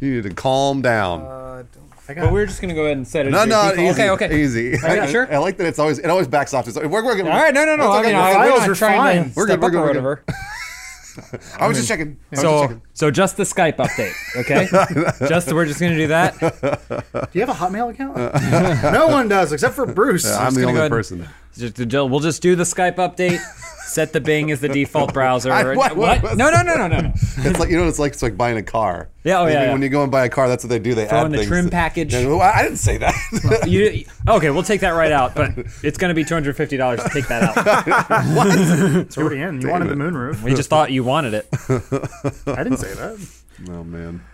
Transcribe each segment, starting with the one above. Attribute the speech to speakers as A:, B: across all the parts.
A: You need to calm down.
B: Uh, don't- I
C: But
B: got
C: we're just gonna go ahead and set it.
A: no,
C: as
A: no,
C: your default.
A: easy,
C: Okay, okay.
A: easy.
C: Are you
A: I,
C: sure?
A: I like that it's always it always backs off. It's, we're, we're good.
C: All right, no, no, no.
A: It's
C: I
A: okay.
C: mean,
A: We're
C: I,
A: fine.
C: I'm
B: Finals
C: not
B: are
C: trying
B: fine.
C: to
A: We're good,
C: step
A: we're
C: up
A: good,
C: or
A: we're good.
C: whatever.
A: I was just checking. I was just
C: So,
A: checking.
C: so just the Skype update, okay? just we're just gonna do that.
B: Do you have a Hotmail account? no one does, except for Bruce.
A: Uh, I'm the
C: gonna
A: only
C: go ahead and-
A: person.
C: Just to Jill, we'll just do the Skype update. Set the Bing as the default browser.
A: I- what- what was
C: No, no, no, no, no. no.
A: It's like you know, it's like it's like buying a car.
C: Yeah, oh,
A: When
C: yeah,
A: you-
C: yeah.
A: When you go and buy a car, that's what they do. They
C: Throw
A: add
C: in the
A: things.
C: trim package.
A: No, I I didn't say that.
C: You, okay, we'll take that right out, but it's going to be two hundred fifty dollars to take that out.
B: It's already in. You wanted the moonroof.
C: We just thought you wanted it.
B: I didn't say that.
A: oh man,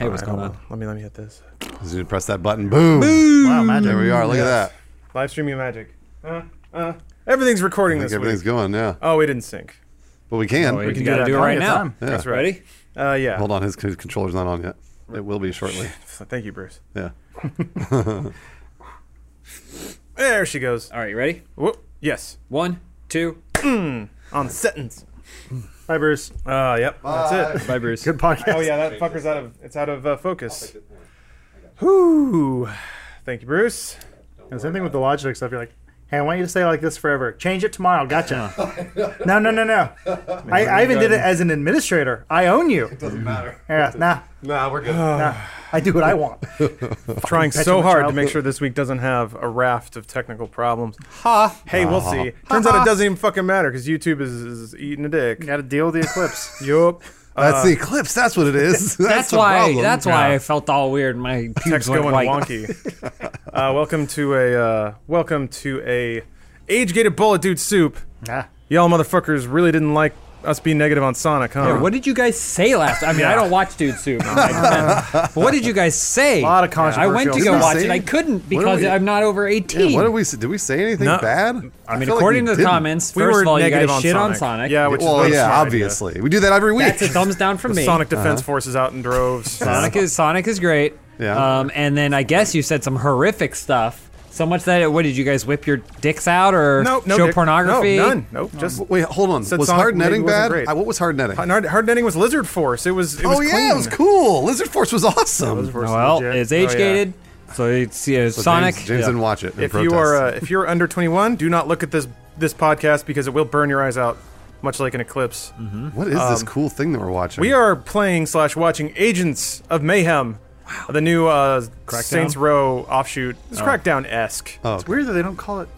C: Hey, what's going
D: Hold
C: on?
D: on. Let me let me hit this.
A: just need to press that button. Boom.
B: Wow, magic.
A: There we are. Look at that.
D: Live streaming magic. Uh, uh, everything's recording
A: I
D: this
A: think everything's
D: week.
A: going. Yeah,
D: Oh, we didn't sync.
A: but we can.
C: Oh, We
B: can do
C: gotta
B: that
C: do it
B: plenty
C: right
B: of
C: now.
B: time.
A: Yeah.
D: That's right.
C: Ready?
D: Uh, yeah.
A: Hold on, his con- controller's not on yet. It will be shortly.
D: Thank you, Bruce.
A: Yeah.
D: There she goes.
C: All right, you ready?
D: Whoop. Yes.
C: One, two.
D: On sentence.
B: Hi, Bruce.
D: Uh, yep. That's it.
C: Bye, Bruce.
B: Good podcast.
D: Oh yeah, that fucker's out of it's out of uh, focus. Whoo. Thank you, Bruce.
B: And same thing with the Logitech stuff. You're like, hey, I want you to stay like this forever. Change it tomorrow. Gotcha.
C: Uh-huh.
B: no, no, no, no. I, I even did it as an administrator. I own you. It doesn't matter. Yeah, nah,
A: Nah, we're good.
B: nah. I do what I want.
D: Trying so
B: petulant
D: hard to
B: child.
D: make sure this week doesn't have a raft of technical problems. Ha. Hey, we'll see. Turns out it doesn't even fucking matter because YouTube is, is eating a dick.
B: Got to deal with the eclipse.
D: Yup.
A: That's the eclipse. That's what it is.
C: That's,
A: the
C: why.
A: problem.
C: That's why I felt all weird. My pubes
D: Tech's
C: went
D: going
C: white.
D: wonky. uh, welcome to a uh, welcome to a age gated bullet dude soup.
B: Nah.
D: Y'all motherfuckers really didn't like us being negative on Sonic, huh?
C: What did you guys say last? I mean, I don't watch Dude Soup. I'm like, man, what did you guys say? A
B: lot of
C: I went to
B: controversial
C: go
B: stuff.
C: watch
A: Didn't
C: it. I
A: we say-
C: couldn't
A: What are
C: because
A: we-
C: I'm not over
A: Yeah,
C: 18.
A: what did we? say? Did we say anything
D: No.
A: bad?
C: I mean,
A: feel like
C: according
A: we
C: to the
A: didn't.
C: comments,
D: we
C: first
D: were
C: of all, you
D: negative
C: guys
D: on
C: shit
D: Sonic.
C: on Sonic.
D: Yeah, which
A: Well,
D: is not a
A: yeah,
D: smart
A: obviously, we do that every week.
C: that's a thumbs down from
D: idea.
C: me. Uh-huh.
D: Sonic Defense Force is out in droves.
C: Sonic is Sonic is great.
A: Yeah.
C: Um, and then I guess you said some horrific stuff. So much that it, what did you guys whip your dicks out or
D: no, no
C: show
D: dick-
C: pornography?
D: No, none. Nope. Just
A: Wait, hold on.
D: Said
A: was
D: Sonic
A: hard
D: maybe
A: netting
D: wasn't
A: bad?
D: great.
A: I, what was hard netting?
D: hard, hard netting was Lizard Force. It was. It was
A: oh yeah,
D: clean.
A: it was cool. Lizard Force was awesome.
C: Well, it's age gated, so it's yeah,
A: So
C: Sonic.
A: James, James
C: yeah.
A: didn't watch it. in
D: If
A: protest.
D: you are uh, if you're under 21, do not look at this this podcast because it will burn your eyes out, much like an eclipse.
C: Mm-hmm.
A: what is this cool thing that we're watching?
D: um, We are playing slash watching Agents of Mayhem, the new uh, Saints Row offshoot.
C: Oh.
D: It's Crackdown esque.
A: Oh.
B: It's weird that they don't call it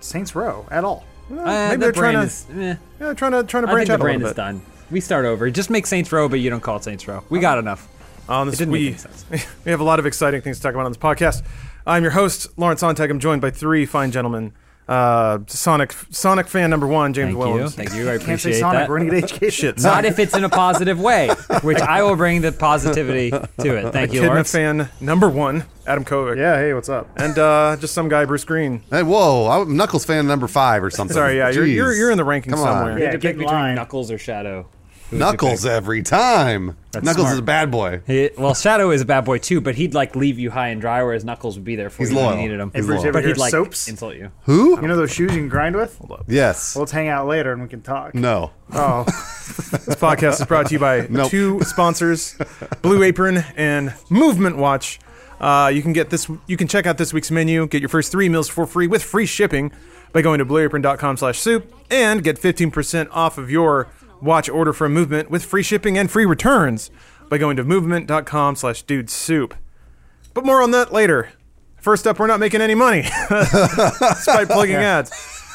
B: Saints Row at all.
C: Uh,
D: maybe
C: the
D: they're
C: brand
D: trying to
C: is, eh,
D: yeah, trying to trying to
C: I think
D: branch
C: the
D: out a
C: brand
D: little
C: is
D: bit.
C: done. We start over. Just make Saints Row, but you don't call it Saints Row. We got enough.
D: On this,
C: didn't make
D: we,
C: any sense.
D: we have a lot of exciting things to talk about on this podcast. I'm your host, Lawrence Sontag. I'm joined by three fine gentlemen. Uh, Sonic Sonic fan number one, James
C: Thank you,
D: Williams.
C: thank you. I
B: Can't say
C: appreciate
B: Sonic.
C: that.
B: We're gonna get education.
D: Shit,
C: Not
D: Sonic
C: if it's in a positive way, which I will bring the positivity to it. Thank you,
D: Kidna
C: Lawrence.
D: fan number one, Adam Kovic.
B: Yeah. Hey, what's up?
D: And uh, just some guy, Bruce Green.
A: Hey, whoa! I'm Knuckles fan number five or something.
D: Sorry, yeah, you're,
A: Jeez.
D: you're, you're in the rankings
A: Come on.
D: somewhere.
C: You
B: Yeah,
C: had to
B: get
C: pick
B: in
C: between
B: line.
C: Knuckles or Shadow.
A: Knuckles every time. Knuckles
C: smart.
A: is a bad boy.
C: He- well, Shadow is a bad boy too, but he'd like leave you high and dry, whereas Knuckles would be there for
A: He's
C: you when
A: loyal.
C: you needed him.
A: Hey, Bruce, you
B: ever
C: but
B: hear
C: he'd like
B: soaps?
C: insult you.
A: Who?
B: You know those shoes you can grind with?
A: Yes.
B: Well, let's hang out later and we can talk.
A: No.
B: Oh,
D: This podcast is brought to you by
A: Nope.
D: two sponsors, Blue Apron and Movement Watch. Uh, you can get this. You can check out this week's menu. Get your first three meals for free with free shipping by going to blueapron.com/soup and get 15% off of your watch order from Movement with free shipping and free returns by going to movement.com/dudesoup. But more on that later. First up, we're not making any money despite plugging ads.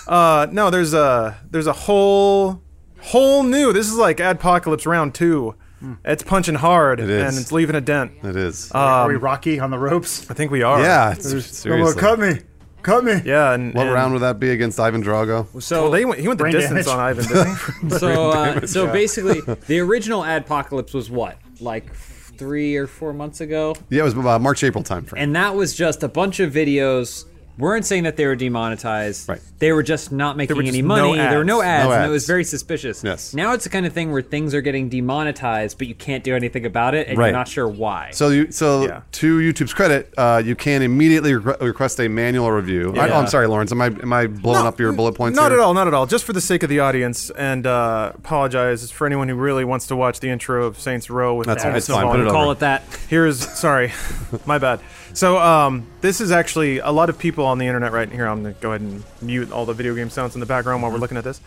D: Uh, no, there's a there's a whole whole new. This is like Adpocalypse round two. It's punching hard
A: Hmm. is.
D: and it's leaving a dent.
A: It is.
D: uh,
B: are we Rocky on the ropes?
D: I think we are.
A: yeah. it's-
B: Well,
A: Um, seriously.
B: cut me, cut me.
D: Yeah. And,
A: What
D: and-
A: round would that be against Ivan Drago?
D: Well,
C: So,
D: they went. He went the
B: Brain
D: distance
B: damage.
D: on Ivan, didn't he?
C: so, uh, so basically, the original Adpocalypse was what, like three or four months ago,
A: Yeah, it was about March uh, April time frame.
C: and that was just a bunch of videos weren't saying that they were demonetized.
A: Right.
C: They were just not making
D: were
C: any
D: just no
C: money. there were no
A: ads.
C: ads,
A: No
C: and it was
A: ads.
C: very suspicious.
A: Yes.
C: Now it's the kind of thing where things are getting demonetized, but you can't do anything about it, and
A: Right.
C: you're not sure why.
A: So, you, so
D: Yeah.
A: to YouTube's credit, uh, you can immediately requ- request a manual review. I, oh, I'm sorry, Lawrence. Am I am I blowing up your bullet points?
D: Not
A: here?
D: at all, not at all. Just for the sake of the audience, and uh, apologize for anyone who really wants to watch the intro of Saints Row with
A: That's
D: Adam
A: fine, it's
D: Silver
A: fine,
D: on
A: put it
D: the
A: on.
C: Call
A: over.
C: it that.
D: Here's sorry, my bad. So um, this is actually a lot of people on the internet right here. I'm gonna go ahead and mute all the video game sounds in the background while we're looking at this.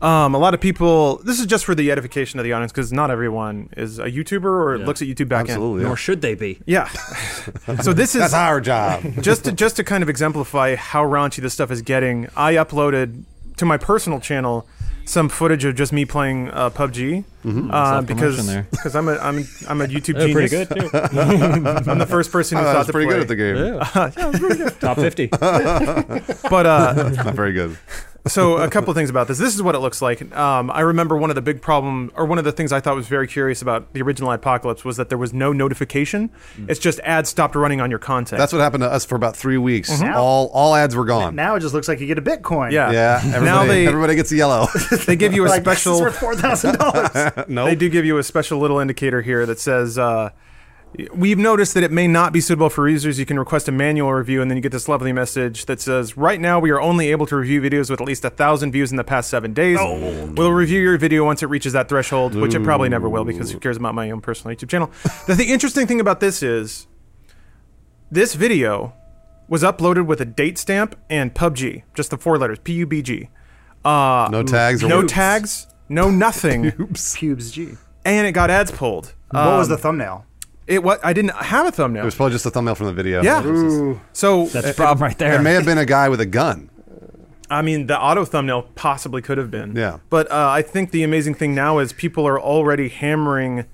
D: Um, a lot of people. This is just for the edification of the audience because not everyone is a YouTuber or looks at YouTube back
A: Absolutely.
C: Nor should they be.
D: Yeah. so this is
A: That's our job.
D: just to, just to kind of exemplify how raunchy this stuff is getting, I uploaded to my personal channel some footage of just me playing uh, PUBG uh, because
C: Mm-hmm. Self-promotion there.
D: because I'm a I'm I'm a YouTube
C: They're
D: genius.
C: pretty good too.
D: I'm the first person who
A: I
D: thought
A: was
D: to
A: Uh, pretty
D: play.
A: good at the game.
C: Top fifty.
D: But uh,
A: Not very good.
D: so a couple things about this. This is what it looks like. Um, I remember one of the big problem, or one of the things I thought was very curious about the original Apocalypse was that there was no notification. It's just ads stopped running on your content.
A: Mm. That's what happened to us for about three weeks.
D: Mm-hmm.
A: All all ads were gone.
B: Now it just looks like you get a Bitcoin.
D: yeah.
A: yeah, everybody,
D: now they
A: everybody gets a yellow.
D: they give you a
B: Like,
D: special.
B: This is for four thousand dollars.
A: no,
D: They do give you a special little indicator here that says, uh, We've noticed that it may not be suitable for users. You can request a manual review, and then you get this lovely message that says, Right now, we are only able to review videos with at least a 1,000 views in the past seven days.
A: Oh,
D: We'll review your video once it reaches that threshold, which it probably never will because who cares about my own personal YouTube channel. the, the interesting thing about this is this video was uploaded with a date stamp and PUBG, just the four letters P U B G. Uh,
A: no tags. Or
D: no
A: whoops.
D: tags, no nothing
B: Pubes G.
D: and it got ads pulled.
B: What
D: Um,
B: was the thumbnail?
D: It what I didn't have a
A: It
D: thumbnail.
A: was probably just a thumbnail from the video.
D: Yeah.
B: Ooh.
D: So
C: That's a problem right there.
A: It may have been a guy with a gun.
D: I mean, the auto thumbnail possibly could have been.
A: Yeah.
D: But uh, I think the amazing thing now is people are already hammering.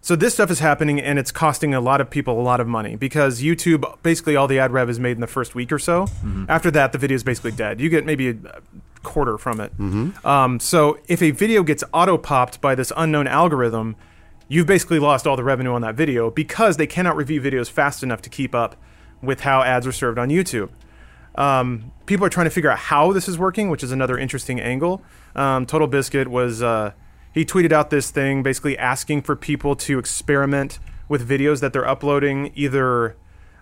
D: So this stuff is happening, and it's costing a lot of people a lot of money because YouTube basically all the ad rev is made in the first week or so. After that, the video is basically dead. You get maybe a quarter from it. Um, so if a video gets auto popped by this unknown algorithm, you've basically lost all the revenue on that video because they cannot review videos fast enough to keep up with how ads are served on YouTube. Um, people are trying to figure out how this is working, which is another interesting angle. Um, Total Biscuit was uh, he tweeted out this thing basically asking for people to experiment with videos that they're uploading, either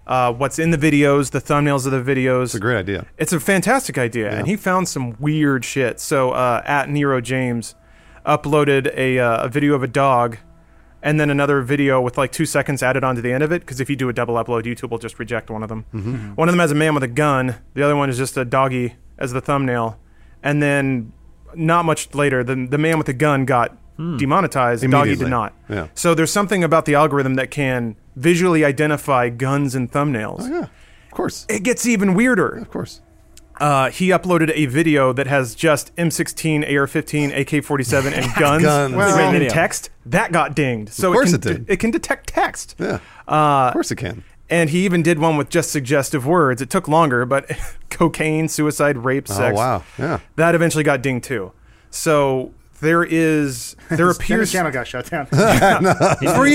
D: uh, what's in the videos, the thumbnails of the videos. It's
A: A great idea.
D: it's a fantastic idea, and he found some weird shit. So uh, at Nero James uploaded a, uh, a video of a dog, and then another video with like two seconds added onto the end of it. Because if you do a double upload, YouTube will just reject one of them.
A: Mm-hmm.
D: One of them has a man with a gun. The other one is just a doggy as the thumbnail. And then not much later, the the man with the gun got demonetized. the Doggy did
A: Immediately.
D: not.
A: Yeah.
D: So there's something about the algorithm that can visually identify guns and thumbnails.
A: Oh, Yeah, of course,
D: It gets even weirder
A: of course.
D: uh, he uploaded a video that has just M16, AR-15, AK-47, and guns,
A: Guns. Well-
D: written in
C: Video.
D: text. That got dinged. So
A: Of course
D: it
A: it
D: can,
A: did.
D: de- it can detect text.
A: Yeah,
D: Uh,
A: of course it can.
D: And he even did one with just suggestive words. It took longer, but cocaine, suicide, rape, sex.
A: Oh wow, yeah.
D: That eventually got dinged too. So there is there
B: Then the
D: appears
B: channel got shut down.
C: Free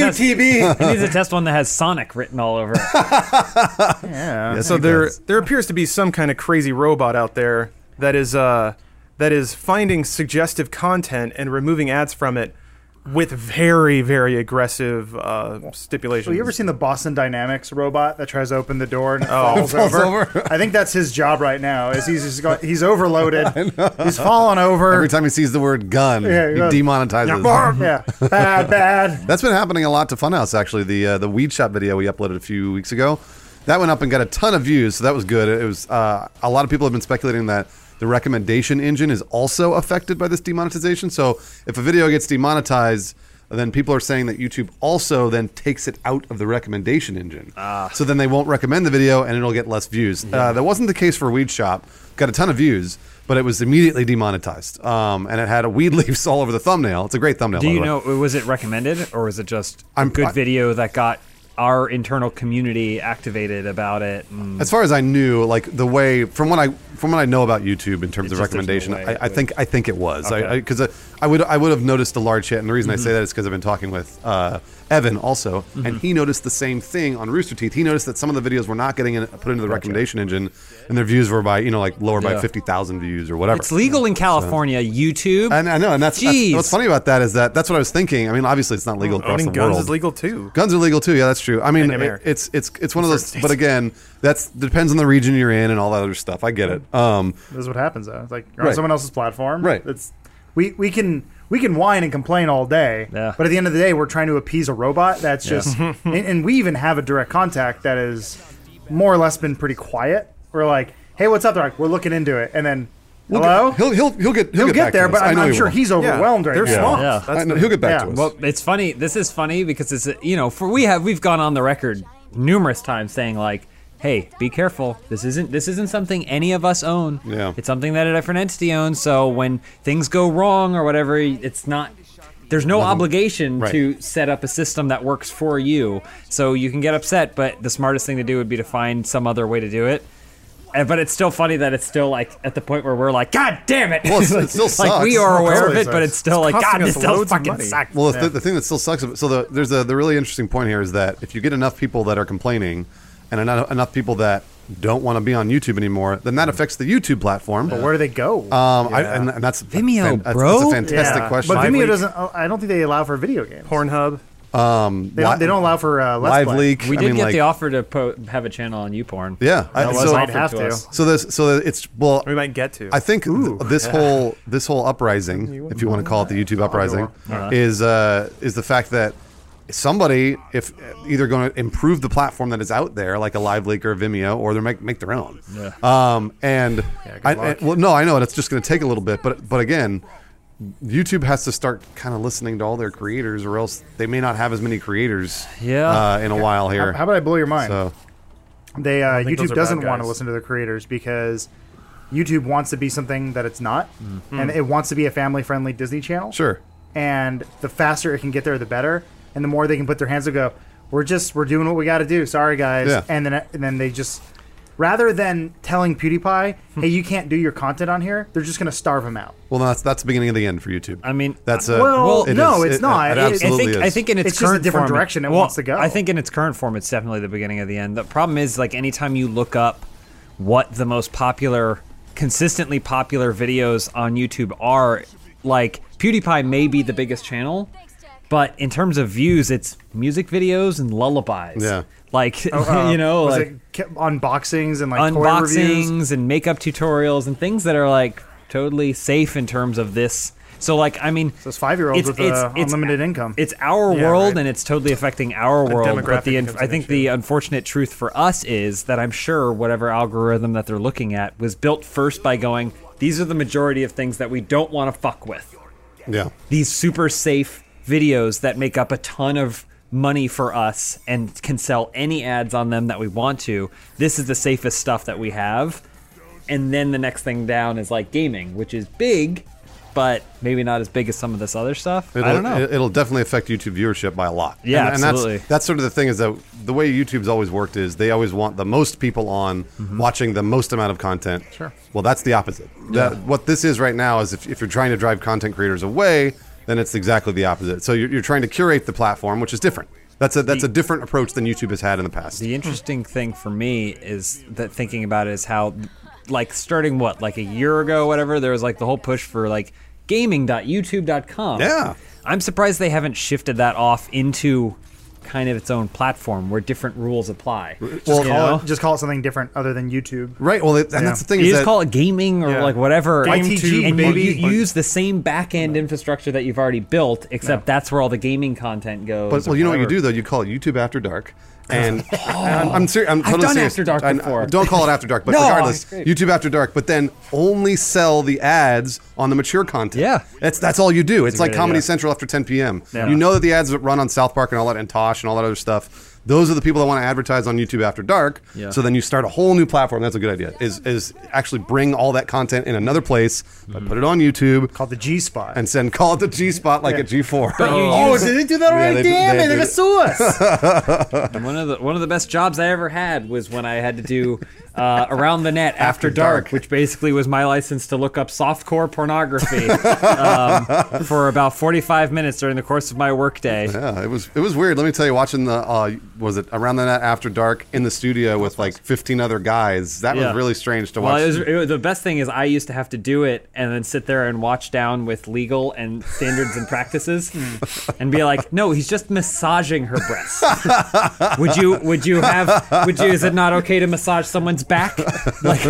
C: TV. He needs to test one that has Sonic written all over it.
B: yeah.
A: Yes,
D: so
A: it
D: there
A: does.
D: there appears to be some kind of crazy robot out there that is uh that is finding suggestive content and removing ads from it with very very aggressive uh, stipulations.
B: Have you ever seen the Boston Dynamics robot that tries to open the door and it
A: Oh.
B: falls, over? I think that's his job right now. Is he's just going, he's overloaded. he's fallen over.
A: Every time he sees the word gun,
B: Yeah,
A: he
B: yeah.
A: demonetizes.
B: yeah, bad, bad.
A: That's been happening a lot to Funhouse actually. The uh, the weed shop video we uploaded a few weeks ago, that went up and got a ton of views, so that was good. It was uh, a lot of people have been speculating that the recommendation engine is also affected by this demonetization. So if a video gets demonetized, then people are saying that YouTube also then takes it out of the recommendation engine.
C: Ah.
A: So then they won't recommend the video and it'll get less views. Uh, that wasn't the case for Weed Shop. Got a ton of views, but it was immediately demonetized. Um, and it had a weed leaves all over the thumbnail. It's a great thumbnail.
C: Do
A: by
C: you
A: the way.
C: know? Was it recommended or was it just a
A: I'm-
C: good
A: I-
C: video that got our internal community activated about it. Mm. And
A: As far as I knew, like the way from what I from what I know about YouTube in terms of
C: It's just there's no
A: recommendation,
C: way
A: I,
C: it
A: I think I think it was
C: Okay. Mm-hmm.
A: I because I, I would I would have noticed a large hit, and the reason I say that is because I've been talking with uh, Evan also, and he noticed the same thing on Rooster Teeth. He noticed that some of the videos were not getting in, put into the recommendation engine, and their views were by you know like lower by
C: Yeah.
A: fifty thousand views or whatever.
C: it's legal in California. YouTube.
A: And I know, and that's, that's
C: Jeez.
A: what's funny about that is that that's what I was thinking. I mean, obviously it's not legal across
D: Owning
A: the
D: guns
A: world.
D: is legal too.
A: Guns are legal too. Yeah, that's true. I mean,
D: In America.
A: it- it's it's it's one of
D: In
A: those.
D: certain
A: But
D: states.
A: again, that's depends on the region you're in and all that other stuff. I get it. Um,
B: This is what happens though. It's like you're
A: Right.
B: on someone else's platform.
A: Right.
B: It's we we can we can whine and complain all day.
C: Yeah.
B: But at the end of the day, we're trying to appease a robot that's
C: Yeah.
B: just and, and we even have a direct contact that is more or less been pretty quiet. We're like, hey, what's up? They're like, we're looking into it, and then
A: we'll
B: hello?
A: Get, he'll he'll he'll get he'll,
B: He'll get
A: back
B: there,
A: to us.
B: but
A: I
B: I'm,
A: know
B: I'm
A: he
B: sure
A: will.
B: he's
D: Yeah,
B: overwhelmed right
D: they're
B: now.
D: swamped.
C: Yeah.
A: I
D: That's
A: know,
D: the-
A: he'll get back
B: yeah,
A: to us.
C: Well, it's funny. This is funny because it's you know for we have we've gone on the record numerous times saying like, hey, be careful. This isn't this isn't something any of us own.
A: Yeah.
C: It's something that a different entity owns. So when things go wrong or whatever, it's not. There's no obligation
A: right.
C: to set up a system that works for you. So you can get upset, but the smartest thing to do would be to find some other way to do it. And, but it's still funny that it's still like at the point where we're like, God damn it!
A: Well, it's- it still
C: like we
A: sucks.
C: are aware of
D: Totally
C: it, but
D: sucks.
C: it's still like,
D: It's
C: God,
D: costing
C: this
D: us
C: still
D: loads of
C: fucking
D: money."
C: sucks.
A: Well, the, the thing that still sucks. So the, there's the the really interesting point here is that if you get enough people that are complaining, and enough, enough people that don't want to be on YouTube anymore, then that affects the YouTube platform.
B: Mm-hmm. But where do they go?
A: Um, I, and, and that's
C: Vimeo,
A: fan- that's,
C: bro.
A: That's a fantastic
B: Yeah.
A: question.
B: But Vimeo
D: Live leak.
B: doesn't. I don't think they allow for video games.
D: Pornhub.
B: They don't, they don't allow for uh, let's
A: Live
B: play.
A: leak.
C: We
A: I
C: did
A: mean,
C: get
A: like-
C: the offer to po- have a channel on YouPorn.
A: Yeah, I-
B: That was
A: so
B: I'd
C: offered
B: have
C: to
B: to.
C: us.
A: so this so it's well.
D: We might get to.
A: I think th- this whole this whole uprising, if you want to call it the YouTube uprising, is uh, is the fact that somebody, if either going to improve the platform that is out there, like a Live Leak or a Vimeo, or they make make their own. Um, and I, I- well, no, I know, and it's just going to take a little bit, but but again. YouTube has to start kind of listening to all their creators, or else they may not have as many creators
C: Yeah.
A: uh, in a while here.
B: How, how about I blow your mind?
A: so,
B: they uh,
D: think those
B: YouTube
D: are
B: doesn't
D: bad
B: want to
D: guys.
B: listen to their creators because YouTube wants to be something that it's not, and it wants to be a family-friendly Disney channel.
A: sure.
B: And the faster it can get there, the better, and the more they can put their hands and go, "We're just we're doing what we got to do." Sorry, guys.
A: Yeah.
B: And then uh, and then they just rather than telling PewDiePie, "Hey, you can't do your content on here," they're just going to starve him out.
A: Well, that's that's the beginning of the end for YouTube.
C: I mean,
A: that's a,
B: well,
A: it
B: no,
A: is-
B: it's
A: it-
B: not.
A: It,
B: It- I
C: I
A: absolutely
C: think
A: is.
C: I think in its,
B: It's just a
C: current
B: different
C: form,
B: direction it
C: well,
B: wants to go.
C: I think in its current form, it's definitely the beginning of the end. The problem is, like any time you look up what the most popular, consistently popular videos on YouTube are, like PewDiePie may be the biggest channel, but in terms of views, it's music videos and lullabies.
A: Yeah.
C: like
B: Uh,
C: you know,
B: was
C: like
B: it ca- unboxings and like toy reviews.
C: unboxings and makeup tutorials and things that are like totally safe in terms of this. So like I mean,
B: Those five-year-olds
C: it's-
B: with,
C: it's-
B: uh,
C: it's-
B: unlimited income.
C: It's our
D: Yeah,
C: world,
D: right.
C: and it's totally affecting our world. But the
D: demographic
C: inf-
D: becomes
C: I
D: an
C: think
D: issue.
C: the unfortunate truth for us is that I'm sure whatever algorithm that they're looking at was built first by going, these are the majority of things that we don't want to fuck with
A: yeah.
C: these super safe videos that make up a ton of money for us and can sell any ads on them that we want to. This is the safest stuff that we have. And then the next thing down is like gaming, which is big, but maybe not as big as some of this other stuff.
A: It'll,
C: I don't know.
A: it- It'll definitely affect YouTube viewership by a lot.
C: Yeah,
A: and, And
C: absolutely.
A: that's, that's sort of the thing is that the way YouTube's always worked is they always want the most people on
C: Mm-hmm.
A: watching the most amount of content. Sure. Well, that's the opposite. That, what this is right now is if, if you're trying to drive content creators away, then it's exactly the opposite. So you're, you're trying to curate the platform, which is different. That's a that's a different approach than YouTube has had in the past.
C: The interesting thing for me is that thinking about it is how, like, starting what, like a year ago, whatever, there was like the whole push for like gaming.youtube.com.
A: Yeah.
C: I'm surprised they haven't shifted that off into kind of its own platform where different rules apply.
A: well,
C: you
B: Call
C: know?
B: it- just call it something different other than YouTube.
A: Right. Well, it, and
B: Yeah.
A: that's the thing
C: You
A: is
C: just
A: that
C: call it gaming or
D: Yeah.
C: like whatever.
B: Game
C: and
B: tube,
C: you-
B: baby.
C: you use the same back end infrastructure that you've already built, except that's where all the gaming content goes.
A: But
C: or
A: well, you know what you
C: whatever.
A: do though. You call it YouTube After Dark, and I'm, I'm serious. I'm totally
C: Oh, done
A: serious.
C: After Dark
A: And, uh,
C: before.
A: Don't call it After Dark, but
C: No,
A: regardless,
C: it's great.
A: YouTube After Dark. But then only sell the ads on the mature content.
C: Yeah.
A: that's that's all you do. It's like
C: great
A: Comedy
C: idea.
A: Central after 10 p.m. You know that the ads that run on South Park and all that, and Tosh and all that other stuff. Those are the people that want to advertise on YouTube after dark.
C: Yeah.
A: So then you start a whole new platform. That's a good idea. Is is actually bring all that content in another place,
C: Mm-hmm.
A: but put it on YouTube
B: called the G spot.
A: and send call it the G spot like a G four.
C: Oh, did
B: they do that
A: already? they- Damn they it, did they're it.
B: us.
C: And one of the one of the best jobs I ever had was when I had to do uh, around the net after,
A: After
C: dark,
A: dark.
C: which basically was my license to look up softcore pornography um, for about forty five minutes during the course of my workday.
A: Yeah, it was it was weird. Let me tell you, watching the uh, was it around the net after dark in the studio with like fifteen other guys. That
C: Yeah.
A: was really strange to watch.
C: Well, it was, it was- the best thing is I used to have to do it and then sit there and watch down with legal and standards and practices, and be like, "No, he's just massaging her breasts." would you? Would you have? Would you? Is it not okay to massage someone's back? Like,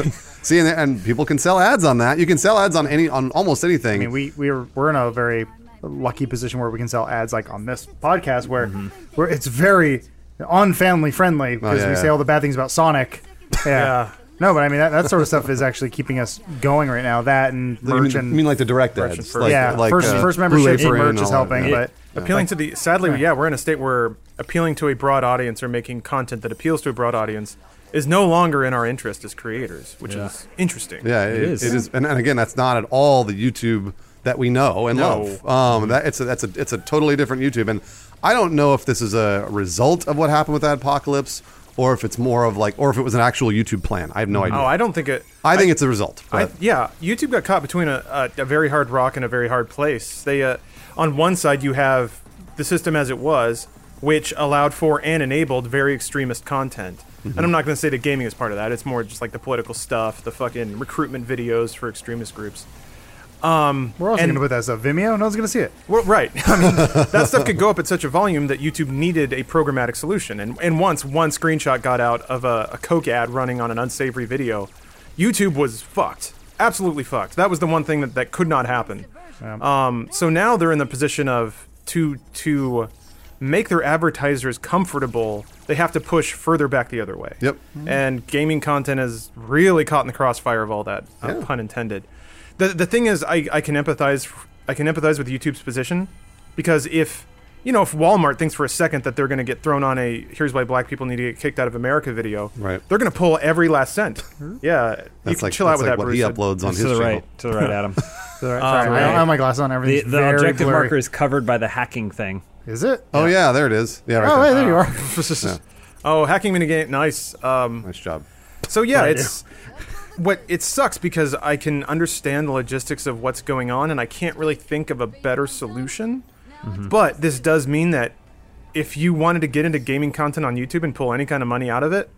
A: See, and, and people can sell ads on that. You can sell ads on any on almost anything.
B: I mean, we we're we're in a very lucky position where we can sell ads like on this podcast, where
A: Mm-hmm.
B: where it's very unfamily friendly because
A: Oh, yeah,
B: we
A: yeah.
B: say all the bad things about Sonic. Yeah. No, but I mean that, that sort of stuff is actually keeping us going right now. That and
A: you
B: merch
A: mean,
B: and
A: you mean like the direct ads? Like,
B: yeah,
A: like,
B: first
A: uh,
B: first
A: Blue
B: membership and
A: Apron
B: merch is
A: all that.
B: helping,
A: Yeah.
B: but
D: appealing to the sadly yeah we're in a state where appealing to a broad audience or making content that appeals to a broad audience is no longer in our interest as creators which
C: Yeah.
D: is interesting
A: Yeah, it, it
C: is.
A: is. and, and again, that's not at all the YouTube that we know and
D: No.
A: love. Um, that it's a, that's a it's a totally different YouTube, and I don't know if this is a result of what happened with Adpocalypse, or if it's more of like, or if it was an actual YouTube plan. I have no idea.
D: oh
A: I,
D: i don't think it
A: think it's a result.
D: I,
A: but-
D: yeah, YouTube got caught between a, a, a very hard rock and a very hard place. They, uh, on one side, you have the system as it was, which allowed for and enabled very extremist content. And I'm not going to say that gaming is part of that. It's more just like the political stuff, the fucking recruitment videos for extremist groups.
B: we're also
D: And-
B: going to put that stuff Vimeo. No one's going to see it.
D: Well, right. I mean, that stuff could go up at such a volume that YouTube needed a programmatic solution. And, and once one screenshot got out of a, a Coke ad running on an unsavory video, YouTube was fucked. Absolutely fucked. That was the one thing that, that could not happen. Um, so now they're in the position of to to make their advertisers comfortable, they have to push further back the other way.
A: Yep.
D: And gaming content is really caught in the crossfire of all that, uh,
A: Yeah.
D: pun intended. The the thing is, I, I can empathize I can empathize with YouTube's position because if you know if Walmart thinks for a second that they're going to get thrown on a here's why black people need to get kicked out of America video,
A: Right. Mm-hmm.
D: They're going to pull every last cent. Yeah, you
A: that's
D: can
A: like
D: chill out
A: that's
D: with
A: like
D: that,
A: what
D: Bruce.
A: he uploads on his
C: to the
A: channel.
C: right, to the right, Adam.
B: Sorry, Um, I don't
C: right.
B: have my glass on.
C: The,
B: Everything's
C: the
B: very
C: objective
B: blurry.
C: marker is covered by the hacking thing.
B: Is it?
A: Oh yeah. there it is. Yeah, right
B: Oh,
A: there.
B: hey, there you are.
D: Oh, hacking minigame, nice. Um,
A: nice job.
D: So yeah, it's what it sucks because I can understand the logistics of what's going on, and I can't really think of a better solution.
B: Mm-hmm.
D: But this does mean that if you wanted to get into gaming content on YouTube and pull any kind of money out of it,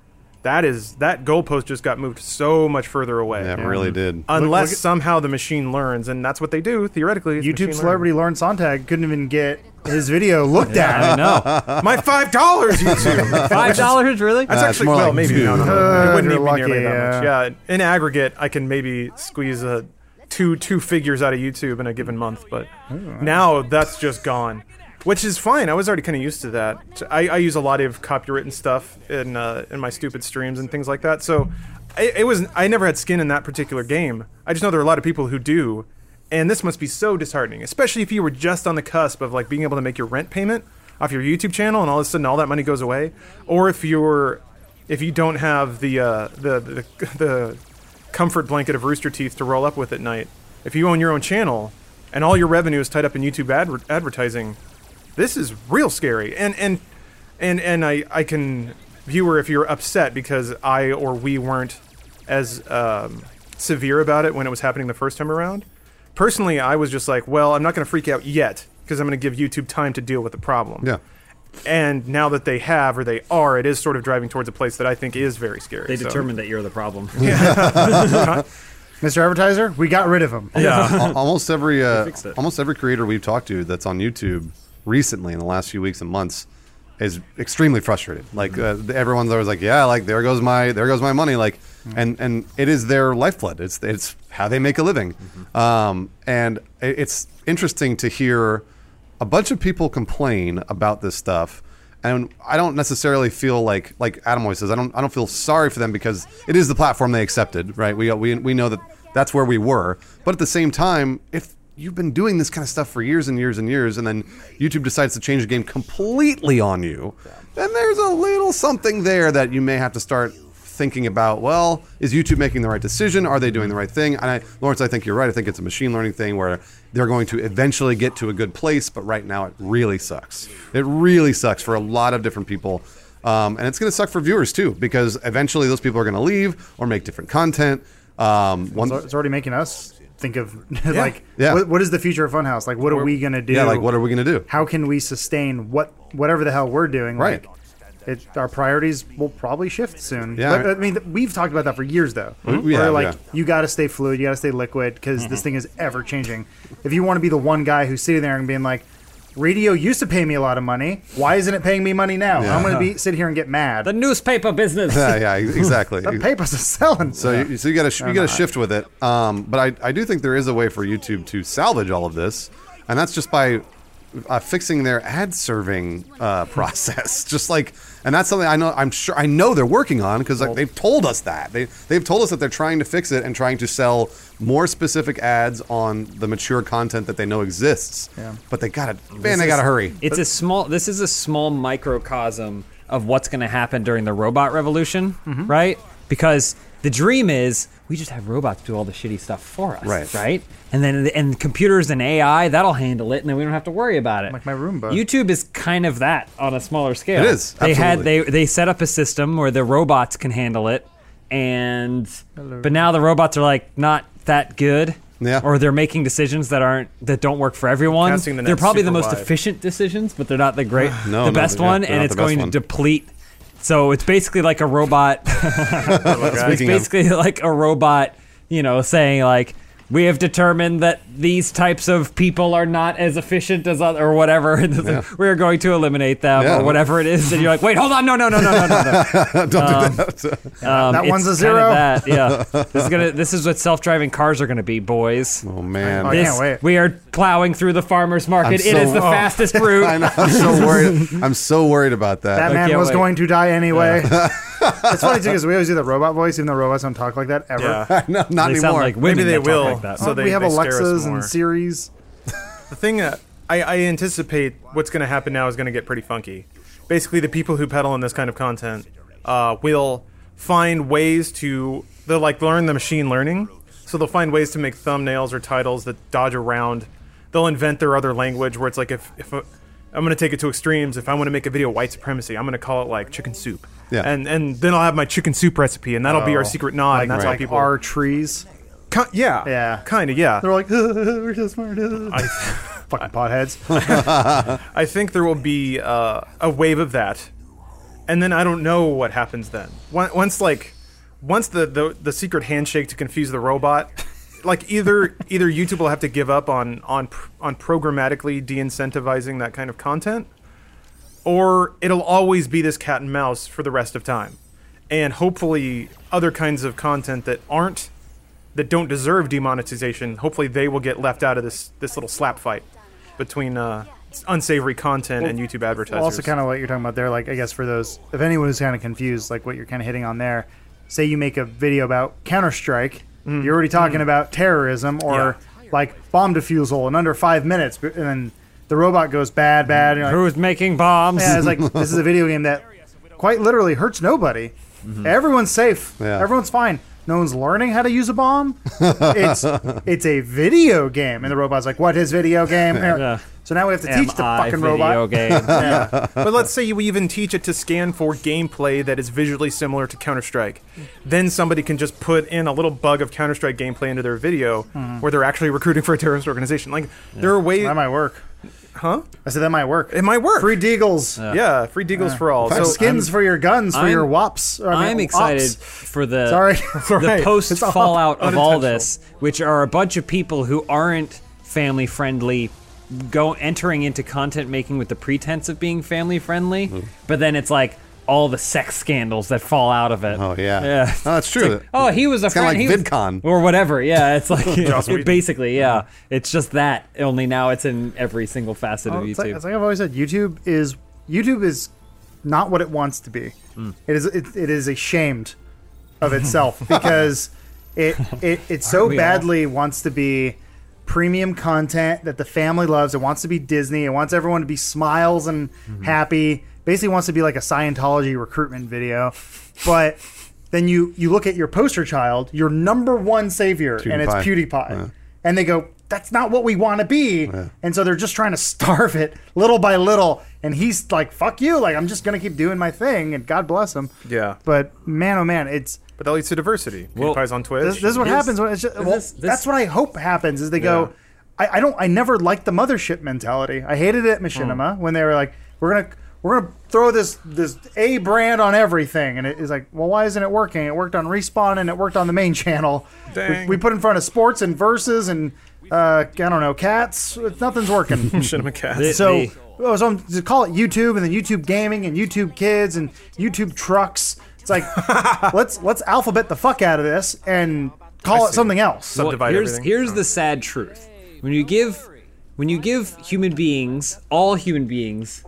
D: that is that goalpost just got moved so much further away.
A: Yeah, it really did.
D: Unless
B: Look- look at-
D: somehow the machine learns, and that's what they do theoretically. is machine
B: YouTube
D: learning.
B: celebrity Lauren Sontag couldn't even get his video looked at.
C: I know.
D: my five dollars, YouTube.
C: Five dollars, really?
D: That's
A: Uh, it's
D: actually
A: more
D: well,
A: like
D: maybe
A: two.
D: no, no, no. it
B: Uh,
D: wouldn't
B: you're
D: even be nearly
B: lucky,
D: that much. Yeah, in aggregate, I can maybe squeeze uh, two two figures out of YouTube in a given month, but now that's just gone, which is fine. I was already kind of used to that. I, I use a lot of copywritten stuff in uh, in my stupid streams and things like that, so it, it was I never had skin in that particular game. I just know there are a lot of people who do. And this must be so disheartening, especially if you were just on the cusp of like being able to make your rent payment off your YouTube channel, and all of a sudden all that money goes away, or if you're if you don't have the uh, the, the the comfort blanket of Rooster Teeth to roll up with at night, if you own your own channel and all your revenue is tied up in YouTube adver- advertising, this is real scary. And and and and I I can viewer if you're upset because I or we weren't as um, severe about it when it was happening the first time around. Personally, I was just like, well, I'm not going to freak out yet because I'm going to give YouTube time to deal with the problem.
A: Yeah.
D: And now that they have or they are, it is sort of driving towards a place that I think is very scary.
C: They
D: so-
C: determined that you're the problem.
B: Mr. Advertiser, we got rid of him.
D: Yeah.
A: Al- almost every uh,
C: fixed it.
A: almost every creator we've talked to that's on YouTube recently in the last few weeks and months is extremely frustrated. Like uh, th- everyone's always like, "Yeah, like there goes my there goes my money." Like,
C: Mm-hmm.
A: and and it is their lifeblood. It's it's how they make a living.
C: Mm-hmm.
A: Um, and i- it's interesting to hear a bunch of people complain about this stuff. And I don't necessarily feel like like Adam always says I don't I don't feel sorry for them because it is the platform they accepted right we we, we know that that's where we were but at the same time if you've been doing this kind of stuff for years and years and years, and then YouTube decides to change the game completely on you, then there's a little something there that you may have to start thinking about. Well, is YouTube making the right decision? Are they doing the right thing? And I, Lawrence, I think you're right. I think it's a machine learning thing where they're going to eventually get to a good place, but right now it really sucks. It really sucks for a lot of different people. Um, and it's going to suck for viewers too, because eventually those people are going to leave or make different content. Um, one,
B: It's al- it's already making us think of like
A: Yeah.
B: What, what is the future of Funhouse? Like, what are we gonna do?
A: yeah, like what are we going to do?
B: How can we sustain what whatever the hell we're doing?
A: Right.
B: Like, it, our priorities will probably shift soon.
A: Yeah.
B: But, I mean, th- we've talked about that for years, though.
A: we
B: Where,
A: have,
B: like,
A: yeah.
B: you got to stay fluid, you got to stay liquid, because this
C: Mm-hmm.
B: thing is ever changing. If you want to be the one guy who's sitting there and being like, "Radio used to pay me a lot of money. Why isn't it paying me money now?"
A: Yeah.
B: I'm gonna be sit here and get mad.
C: The newspaper business.
A: Yeah, yeah, ex- exactly.
B: the papers are selling.
A: So you, so you got to you got to shift with it. Um, but I, I do think there is a way for YouTube to salvage all of this, and that's just by uh, fixing their ad serving uh, process. just like, and that's something I know I'm sure I know they're working on because like they've told us that they they've told us that they're trying to fix it and trying to sell more specific ads on the mature content that they know exists.
B: Yeah.
A: But they got to man, they got to hurry.
C: It's a small. This is a small microcosm of what's going to happen during the robot revolution,
A: Mm-hmm.
C: right? Because the dream is we just have robots do all the shitty stuff for us,
A: Right.
C: Right? And then and computers and AI that'll handle it, and then we don't have to worry about it.
B: Like my Roomba.
C: YouTube is kind of that on a smaller scale.
A: It is,
C: They had
A: absolutely.
C: they they set up a system where the robots can handle it, and but now the robots are like not that good.
A: Yeah.
C: Or they're making decisions that aren't that don't work for everyone.
D: Casting the
C: they're
D: net
C: probably the
D: super
C: most
D: wide.
C: efficient decisions, but they're not the great,
A: No, no,
C: the best
A: yeah,
C: one,
A: they're
C: and
A: not
C: it's
A: the best
C: going
A: one.
C: to deplete. So it's basically like a robot. it's
A: Speaking of-
C: basically like a robot, you know, saying like, "We have determined that these types of people are not as efficient as other, or whatever. and it's like, We are going to eliminate them,
A: Yeah.
C: or whatever it is." And you're like, "Wait, hold on, no, no, no, no, no, no, no." Um,
B: That
C: it's
B: one's a
C: kind
B: zero.
C: of that, yeah, this is gonna. This is what self-driving cars are gonna be, boys.
A: Oh man,
B: I
C: This,
B: can't wait.
C: We are plowing through the farmer's market.
A: I'm
C: it is
A: so-
C: the
A: oh.
C: fastest route.
A: I know, I'm so worried. I'm so worried about that.
B: That man
C: can't
B: was
C: wait.
B: going to die anyway. it's funny too because we always do the robot voice, even though robots don't talk like that ever.
D: Yeah.
A: no, not
C: They
A: anymore.
C: sound like women
D: Maybe they
C: that talk
D: will.
C: like that.
D: So
B: Don't
D: they-
B: we have
D: they scare us
B: Alexas
D: more.
B: and Series.
D: The thing that I, I anticipate what's going to happen now is going to get pretty funky. Basically, the people who peddle in this kind of content uh, will find ways to they'll like learn the machine learning, so they'll find ways to make thumbnails or titles that dodge around. They'll invent their other language where it's like if if i am I'm going to take it to extremes. If I want to make a video white supremacy, I'm going to call it like chicken soup.
A: Yeah.
D: And and then I'll have my chicken soup recipe, and that'll be our
B: Oh.
D: secret nod, and that's
B: like
D: how people
B: are trees.
D: Ki- yeah.
B: Yeah.
D: Kind of. Yeah.
B: They're like, we're so smart. Fucking potheads.
D: I think there will be uh, a wave of that, and then I don't know what happens then. Once, once like, once the, the the secret handshake to confuse the robot, like either either YouTube will have to give up on on pr- on programmatically de-incentivizing that kind of content, or it'll always be this cat and mouse for the rest of time, and hopefully other kinds of content that aren't that don't deserve demonetization. Hopefully they will get left out of this this little slap fight between uh, unsavory content and YouTube advertisers.
B: also, kind of what you're talking about there, like, I guess for those, if anyone is kind of confused, like what you're kind of hitting on there, say you make a video about Counter Strike,
D: Mm-hmm.
B: you're already talking about terrorism or like bomb defusal in under five minutes, but- and then the robot goes bad, bad. And you're like,
C: Who's making bombs?
B: Yeah, it's like this is a video game that quite literally hurts nobody. Everyone's safe.
A: Yeah.
B: Everyone's fine. No one's learning how to use a bomb. it's it's a video game, and the robot's like, "What is video game?"
C: Yeah.
B: So now we have to teach the
C: MI
B: fucking
C: video
B: robot.
C: game.
B: Yeah.
D: but let's say you even teach it to scan for gameplay that is visually similar to Counter Strike. Then somebody can just put in a little bug of Counter Strike gameplay into their video where they're actually recruiting for a terrorist organization. Like there are ways,
B: Hmm. that might work.
D: huh?
B: I said that might work.
D: It might work.
B: Free deagles.
D: yeah, free deagles for all.
B: So
D: So um,
B: skins for your guns, for
C: I'm-
B: your wops. or, I mean, ops.
C: I'm excited for the
B: Sorry.
C: the
D: right.
C: post
D: all
C: fallout of all
D: unintentional.
C: this, which are a bunch of people who aren't family friendly go entering into content making with the pretense of being family friendly, but then it's like all the sex scandals that fall out of it.
A: Oh yeah,
C: Yeah.
A: No, that's true.
C: Oh, he was a
A: It's kinda
C: friend.
A: like
C: he was-
A: VidCon.
C: or whatever. Yeah, it's like
D: Joss Whedon.
C: basically, yeah. It's just that. Only now it's in every single facet
B: Well,
C: of
B: Oh, it's, like,
C: YouTube.
B: it's like I've always said, YouTube is YouTube is not what it wants to be.
C: Hmm.
B: It is it, it is ashamed of itself because it, it it so
C: we all?
B: badly wants to be premium content that the family loves. It wants to be Disney. It wants everyone to be smiles and
C: Mm-hmm.
B: happy. Basically, wants to be like a Scientology recruitment video. But then you you look at your poster child, your number one savior, and it's
A: PewDiePie.
B: PewDiePie, and they go. That's not what we want to be. And so they're just trying to starve it little by little. And he's like, fuck you. Like, I'm just going to keep doing my thing. And God bless him.
D: Yeah.
B: But man, oh man, it's
D: But that leads to diversity.
C: Well,
D: PewDiePie's on Twitch.
B: this, this is what
C: This-
B: happens when it's just, well,
C: this- this-
B: that's what I hope happens is they go, I, I don't, I never liked the mothership mentality. I hated it at Machinima when they were like, we're gonna, we're gonna throw this this A brand on everything, and it is like, well, why isn't it working? It worked on Respawn and it worked on the main channel. We-
D: Dang.
B: We, put in front of sports and verses and uh, I don't know cats. It's, nothing's working.
D: Shinema Cats.
C: This-
B: So,
C: the-
B: oh, so I'm, to call it YouTube and then YouTube gaming and YouTube kids and YouTube trucks. It's like let's let's alphabet the fuck out of this and call it something else.
D: Well,
C: Well,
D: Subdivide
C: here's
D: everything.
C: here's
B: Oh.
C: the sad truth. When you give when you give human beings, all human beings,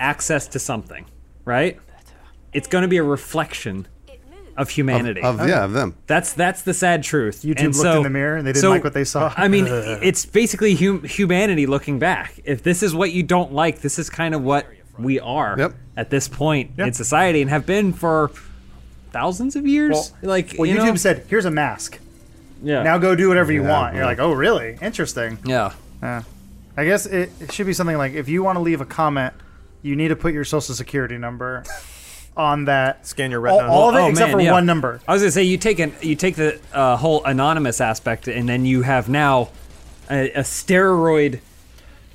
C: access to something, right? It's going to be a reflection of humanity.
A: Of yeah, of them.
C: That's that's the sad truth.
B: YouTube
C: And
B: looked
C: so-
B: in the mirror and they didn't
C: so,
B: like what they saw.
C: I mean, it's basically hum- humanity looking back. If this is what you don't like, this is kind of what we are
A: Yep.
C: at this point
B: Yeah.
C: in society and have been for thousands of years.
B: Well-
C: like
B: well,
C: you
B: YouTube
C: know?
B: said, "Here's a mask.
C: yeah.
B: Now go do whatever you
A: Yeah,
B: want." You're
A: yeah.
B: like, "Oh, really? Interesting."
C: yeah.
B: I guess it, it should be something like, if you want to leave a comment, you need to put your social security number on that.
D: Scan your
B: all,
D: retina.
B: all of it
C: Oh,
B: except
C: man,
B: for
C: yeah.
B: one number.
C: I was gonna say you take an, you take the uh, whole anonymous aspect, and then you have now a, a steroid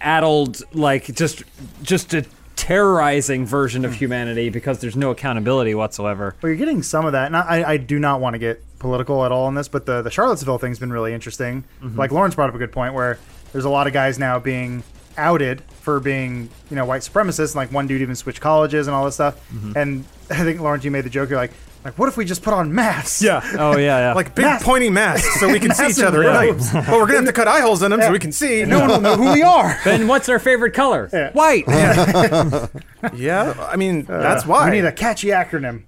C: addled like just just a terrorizing version
B: Hmm.
C: of humanity because there's no accountability whatsoever.
B: Well, you're getting some of that, and I, I do not want to get political at all on this, but the the Charlottesville thing's been really interesting. Like Lawrence brought up a good point where there's a lot of guys now being outed for being you know white supremacists, and like one dude even switched colleges and all this stuff. And I think Lawrence, you made the joke, you're like, like what if we just put on masks?
D: yeah.
C: Oh yeah, yeah.
D: Like big
B: Mass-
D: pointy masks so we can see each
B: Massive
D: other at night.
B: robes.
D: But we're gonna have to cut eye holes in them so we can see.
B: no one will know who we are.
C: Ben, what's our favorite color?
B: Yeah.
C: White.
D: Yeah, I mean that's why.
B: Uh, We need a catchy acronym.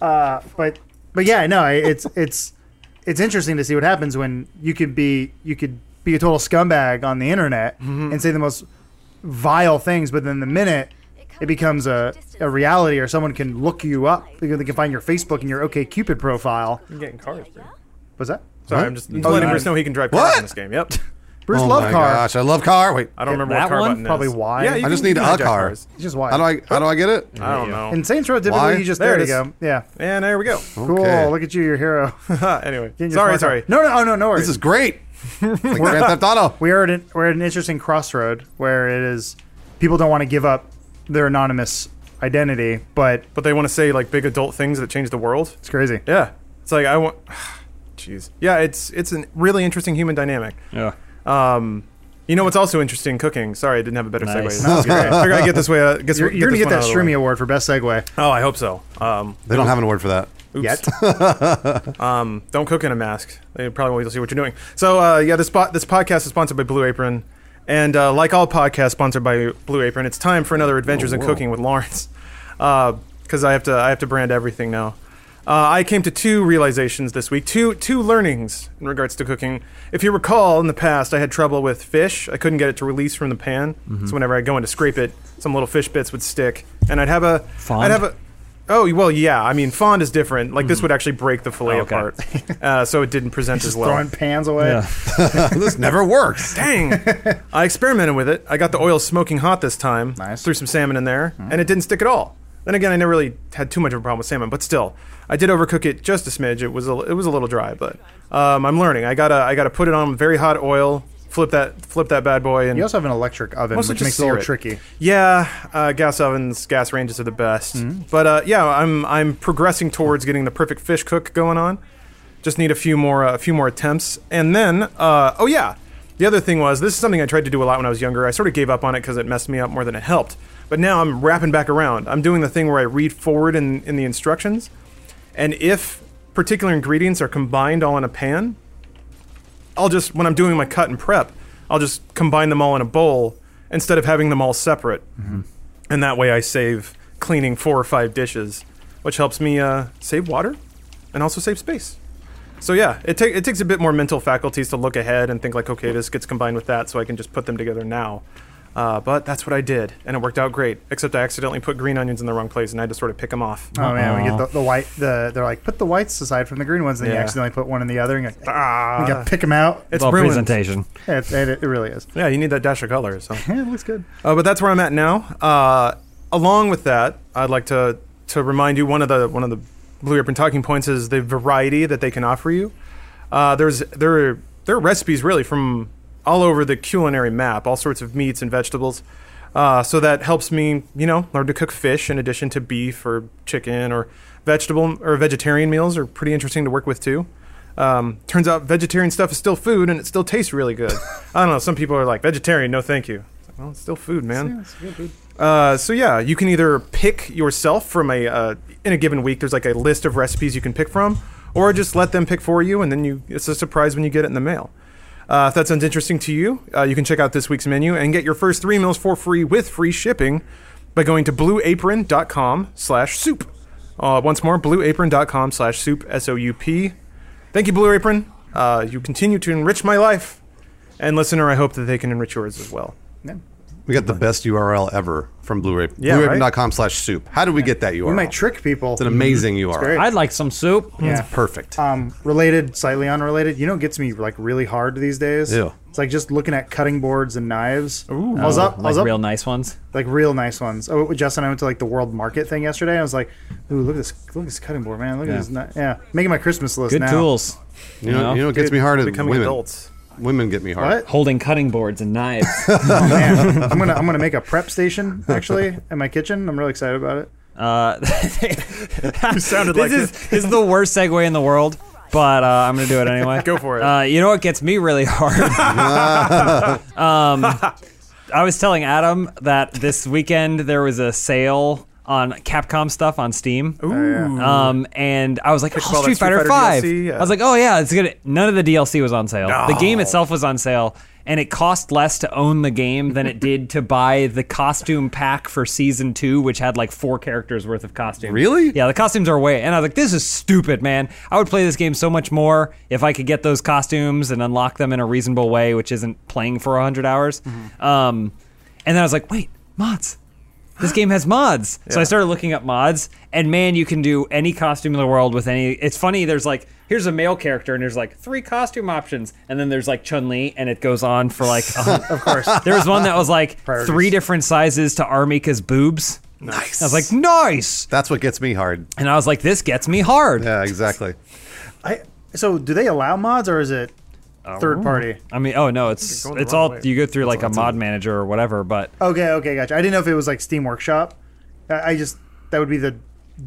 B: Uh, but but yeah, no, I- it's it's it's interesting to see what happens when you could be you could be a total scumbag on the internet
A: Mm-hmm.
B: and say the most vile things, but then the minute it becomes a, a reality or someone can look you up because they can find your Facebook and your OK Cupid profile.
D: I'm getting cars. Bro.
B: What's that?
D: Sorry,
A: Huh?
D: I'm just
A: You
D: letting
A: can-
D: Bruce know he can drive cars
A: What?
D: in this game. Yep.
B: Bruce
A: oh
B: Love
A: my
B: Car.
A: gosh, I love car. Wait,
D: I don't remember
C: that
D: what car
C: one?
D: button is.
B: Probably Y.
D: Yeah, you
A: I just
D: can-
A: need
D: you
A: a
D: can
A: car.
D: drive cars.
B: It's just why.
A: How do I how do I get it?
D: I don't know.
B: In Saints Row, typically
A: Why?
B: you just
D: There
B: there,
D: it
B: you
D: is.
B: go. Yeah.
D: And there we go.
B: Cool.
A: Okay.
B: Look at you, your hero.
D: anyway,
B: Getting your
D: sorry,
B: smart
D: sorry.
B: car. No, no, oh, no, no worries.
A: This is great. It's like Grand Theft Auto.
B: we are at an, we're at an interesting crossroad where it is people don't want to give up their anonymous identity, but
D: But they want to say like big adult things that change the world.
B: it's crazy.
D: Yeah, it's like I want. Jeez. Yeah, it's it's a really interesting human dynamic.
C: yeah.
D: Um, you know what's also interesting? Cooking. Sorry, I didn't have a better
C: Nice.
D: segue.
C: No,
B: it's great.
D: I gotta get this way. Uh, guess
B: You're,
D: get
B: you're
D: this
B: gonna get
D: one
B: that
D: out of the way.
B: Streamy Award for best segue
D: Oh, I hope so. Um,
A: They don't have an award for that.
B: yet.
D: Um, don't cook in a mask. They probably won't see what you're doing. So uh, yeah, this po- this podcast is sponsored by Blue Apron, and uh, like all podcasts sponsored by Blue Apron, it's time for another Adventures in
A: whoa.
D: Cooking with Lawrence, because I have to I have to brand everything now. Uh, I came to two realizations this week, two two learnings in regards to cooking. If you recall, in the past, I had trouble with fish. I couldn't get it to release from the pan, so whenever I go in to scrape it, some little fish bits would stick, and I'd have a would
C: Fond?
D: have a Oh well, yeah. I mean, fond is different. Like
B: Hmm.
D: this would actually break the fillet
C: Oh, okay.
D: apart, uh, so it didn't present as
B: Just
D: well.
B: throwing pans away.
C: Yeah.
A: this never works.
D: Dang! I experimented with it. I got the oil smoking hot this time.
B: Nice. Hmm.
D: Threw some salmon in there, and it didn't stick at all. Then again, I never really had too much of a problem with salmon, but still, I did overcook it just a smidge. It was a, it was a little dry, but um, I'm learning. I gotta I gotta put it on very hot oil, flip that flip that bad boy, and
B: You also have an electric oven,
D: Mostly
B: which
D: just
B: makes it a little
D: sear it.
B: tricky.
D: Yeah, uh, gas ovens, gas ranges are the best. But uh, yeah, I'm I'm progressing towards getting the perfect fish cook going on. Just need a few more uh, a few more attempts, and then uh, oh yeah, the other thing was this is something I tried to do a lot when I was younger. I sort of gave up on it because it messed me up more than it helped. But now I'm wrapping back around. I'm doing the thing where I read forward in, in the instructions, and if particular ingredients are combined all in a pan, I'll just when I'm doing my cut and prep, I'll just combine them all in a bowl instead of having them all separate,
C: Mm-hmm.
D: and that way I save cleaning four or five dishes, which helps me uh, save water and also save space. So yeah, it, ta- it takes a bit more mental faculties to look ahead and think like, okay, this gets combined with that, so I can just put them together now. Uh, but that's what I did, and it worked out great. Except I accidentally put green onions in the wrong place, and I had to sort of pick them off.
B: Oh man, we get the, the white. The they're like put the whites aside from the green ones, and then
D: Yeah.
B: you accidentally put one in the other, and you
D: Ah,
B: got to pick them out.
D: it's
C: Oh. well,
D: ruined.
C: presentation.
B: Yeah, it, it, it really is.
D: Yeah, you need that dash of color. So.
B: Yeah, it looks good.
D: Uh, but that's where I'm at now. Uh, along with that, I'd like to to remind you one of the one of the Blue Ribbon talking points is the variety that they can offer you. Uh, there's there are, there are recipes really from all over the culinary map, all sorts of meats and vegetables. Uh, so that helps me, you know, learn to cook fish in addition to beef or chicken or vegetable or vegetarian meals are pretty interesting to work with too. Um, turns out vegetarian stuff is still food and it still tastes really good. I don't know. Some people are like vegetarian, no thank you. It's like, well, it's still food, man. Uh, so yeah, you can either pick yourself from a uh, in a given week. There's like a list of recipes you can pick from, or just let them pick for you, and then you it's a surprise when you get it in the mail. Uh, if that sounds interesting to you, uh, you can check out this week's menu and get your first three meals for free with free shipping by going to blueapron.com/soup. Uh, once more, blueapron.com/soup. S O U P. Thank you, Blue Apron. Uh, you continue to enrich my life, and listener, I hope that they can enrich yours as well.
B: Yeah.
A: We got the best URL ever from Blu-ray.
D: Yeah,
A: Blu-ray
D: right?
A: slash soup. How did we get that URL?
B: We might trick people.
A: It's an amazing URL.
B: great.
C: I'd like some soup.
B: Yeah.
A: It's perfect.
B: um, related, slightly unrelated. You know, what gets me like really hard these days.
A: Ew.
B: It's like just looking at cutting boards and knives. Ooh. I was
C: Oh,
B: up. I
C: like
B: was up.
C: real nice ones.
B: like real nice ones. Oh, Justin, and I went to like the World Market thing yesterday. and I was like, "Ooh, look at this! Look at this cutting board, man! Look
C: Yeah.
B: at this! ni- Yeah, making my Christmas list
C: Good
B: now.
C: tools.
A: you, know, you know what gets me hard is
D: Becoming
A: women.
D: adults.
A: Women get me hard.
B: What?
C: holding cutting boards and knives.
B: Oh, man. I'm gonna I'm gonna make a prep station actually in my kitchen. I'm really excited about it.
C: Uh,
D: sounded
C: this
D: like
C: is, this is the worst segue in the world, but uh, I'm gonna do it anyway.
D: Go for it.
C: Uh, you know what gets me really hard? um, I was telling Adam that this weekend there was a sale on Capcom stuff on Steam. Um, and I was like, oh,
D: call that
C: Street,
D: Street
C: Fighter,
D: Fighter
C: Five.
D: DLC, yeah.
C: I was like, oh yeah, it's gonna. None of the DLC was on sale. The game itself was on sale, and it cost less to own the game than it did to buy the costume pack for season two, which had like four characters worth of costumes.
A: Really?
C: Yeah, the costumes are way. And I was like, this is stupid, man. I would play this game so much more if I could get those costumes and unlock them in a reasonable way, which isn't playing for hundred hours. Um, and then I was like, wait, mods this game has mods. So I started looking up mods, and man, you can do any costume in the world with any. It's funny. There's like here's a male character, and there's like three costume options, and then there's like Chun Li, and it goes on for like. of course, there was one that was like
B: Priorities.
C: three different sizes to Armika's boobs. Nice. I was like, nice,
A: That's what gets me hard.
C: and I was like, this gets me hard.
A: Yeah, exactly.
B: I so do they allow mods or is it
C: Oh.
B: third party?
C: I mean, oh no, it's
D: going the
C: it's
D: wrong
C: all
D: way.
C: you go through like a mod manager or whatever, but
B: Okay, okay, gotcha. I didn't know if it was like Steam Workshop. I, I just that would be the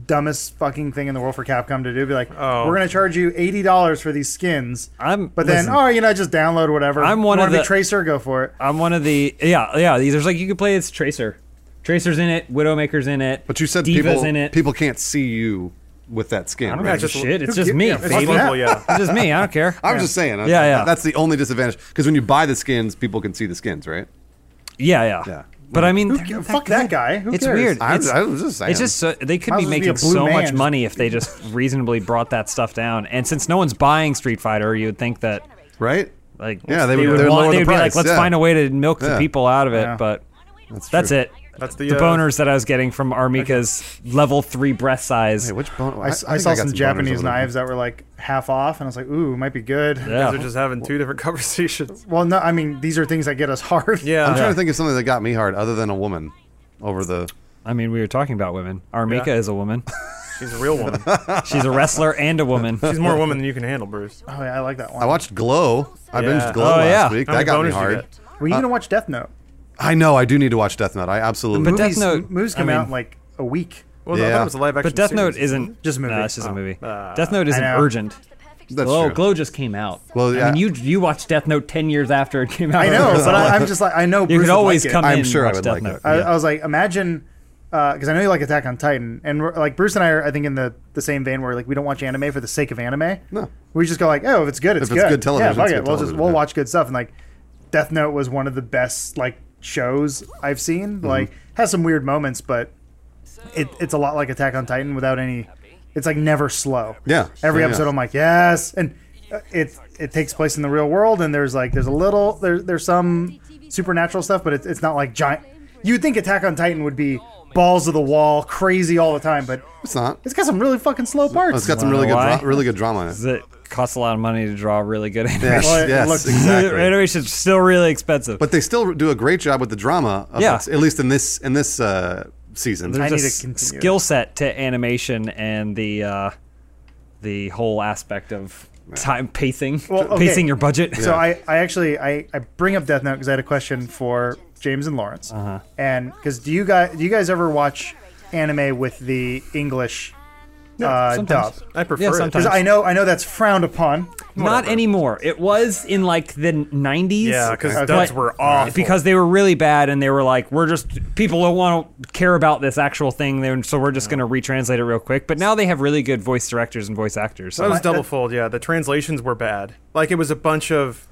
B: dumbest fucking thing in the world for Capcom to do. Be like,
D: Oh.
B: we're gonna charge you eighty dollars for these skins.
C: I'm-
B: but then
C: listen.
B: oh, you know, just download whatever.
C: I'm one
B: You
C: of
B: wanna be
C: the-
B: tracer. Go for it.
C: I'm one of the yeah yeah. There's like you could play as Tracer. Tracer's in it, Widowmaker's in it,
A: But you said
C: Diva's
A: people
C: in it.
A: people can't see you with that skin.
C: I don't
A: right?
C: give a
D: just-
C: shit. It's
B: who
C: just me,
B: gives-
D: It's
C: baby.
D: level, yeah.
C: It's just me. I don't care.
A: I'm just saying. I-
C: Yeah, yeah.
A: That's the only disadvantage because when you buy the skins, people can see the skins, right?
C: Yeah, yeah.
A: Yeah.
C: But I mean, they're
B: ca-
C: not
B: fuck that
C: good.
B: guy. Who
C: it's
B: cares?
C: weird.
A: I,
C: it's,
A: I was just saying.
C: it's just so, they could
B: Might
C: be
B: as well be
C: making
B: a blue
C: so much
B: man.
C: money if they just reasonably brought that stuff down. And since no one's buying Street Fighter, you'd think that
A: right.
C: like
A: Yeah, they would-
C: would
A: they would
C: want-
A: lower
C: they
A: the
C: would be like,
A: price,
C: let's
A: yeah.
C: find a way to milk the
A: Yeah.
C: people out of it.
B: Yeah.
C: But
A: That's,
C: that's
A: true.
C: it.
D: That's the,
C: The
D: uh,
C: boners that I was getting from Armika's level three breast size.
A: Hey, which bone?
B: I, s- I
A: think
B: saw
A: got
B: some,
A: boners
B: Japanese
A: over there.
B: knives that were like half off, and I was like, ooh, might be good.
D: Guys
C: yeah.
D: are just having two different conversations.
B: Well, no, I mean, these are things that get us hard.
D: Yeah.
A: I'm trying to think of something that got me hard other than a woman over the.
C: I mean, we were talking about women. Armika
D: Yeah.
C: is a woman.
D: She's a real woman.
C: She's a wrestler and a woman.
D: She's more woman than you can handle, Bruce.
B: Oh, yeah, I like that one.
A: I watched Glow. I
D: Yeah.
A: binged Glow
C: Oh,
A: last
C: yeah.
A: week.
D: How
A: that
D: many
A: got
D: boners
A: me
D: you
A: hard.
D: get?
B: Were you going to watch Death Note?
A: I know. I do need to watch Death Note. I absolutely.
C: But Death
B: Movies,
C: Note-
B: movies
C: I
B: come out
C: mean-
B: in like a week.
D: Well, I
A: Yeah.
D: thought it was a live action.
C: But Death Note
D: series.
C: isn't
B: Just a movie.
C: No, it's just a
B: Oh.
C: movie. Death Note isn't
B: know.
C: urgent.
A: That's
C: Glow,
A: true.
C: Glow just came out.
A: Well, yeah.
C: I mean, you you watched Death Note ten years after it came out.
B: I know,
C: So,
B: but I,
C: like,
B: I'm just like, I know
C: you
B: Bruce
C: could
B: would
C: always
B: like it.
C: come
A: I'm
C: in
A: sure
C: and
A: I
C: watch
A: would
C: Death
A: like
C: Note.
A: it.
B: I, uh, I was like, imagine, because I know you like Attack on Titan, and we're, like Bruce and I are, I think, in the, the same vein where like we don't watch anime for the sake of anime.
A: No.
B: we just go like, oh, if it's good, it's
A: If it's good television,
B: Yeah, fuck
A: it's
B: it.
A: good
B: we'll just
A: television,
B: we'll
A: yeah.
B: watch good stuff. And like, Death Note was one of the best like shows I've
A: Mm-hmm.
B: seen. Like, has some weird moments, but it, it's a lot like Attack on Titan without any it's like never slow.
A: Yeah.
B: Every
A: Yeah,
B: episode,
A: yeah.
B: I'm like, yes, and uh, it it takes place in the real world, and there's like there's a little there's there's some supernatural stuff, but it's it's not like giant. You'd think Attack on Titan would be balls of the wall, crazy all the time, but
A: It's not.
B: it's got some really fucking slow parts.
A: It's got some really good,
C: Wanna know
A: dra-
C: why?
A: really good drama in it.
C: Does it cost a lot of money to draw really good
A: Yes,
C: animation?
B: Well, it
A: yes,
B: looks-
A: exactly.
C: Animation's still really expensive.
A: But they still do a great job with the drama. Of
C: Yeah.
A: it, at least in this in this uh, season.
B: I
C: there's a
B: need to
C: s-
B: continue.
C: skill set to animation and the uh, the whole aspect of time pacing,
B: Well, okay.
C: pacing your budget.
B: So I, I actually I, I bring up Death Note because I had a question for James and Lawrence, uh-huh. and because do you guys do you guys ever watch anime with the English uh, dub?
C: sometimes.
D: I prefer
C: Yeah,
D: it.
B: Because
C: sometimes.
B: I know I know that's frowned upon.
C: Not anymore. It was in like the 90s.
D: Yeah, because
B: Okay.
D: dubs
C: But-
D: were awful.
C: Because they were really bad, and they were like, "We're just people don't want to care about this actual thing, then- so we're just going to retranslate it real quick." But now they have really good voice directors and voice actors.
D: That
C: So
D: was
B: that-
D: double fold. Yeah, the translations were bad. Like it was a bunch of,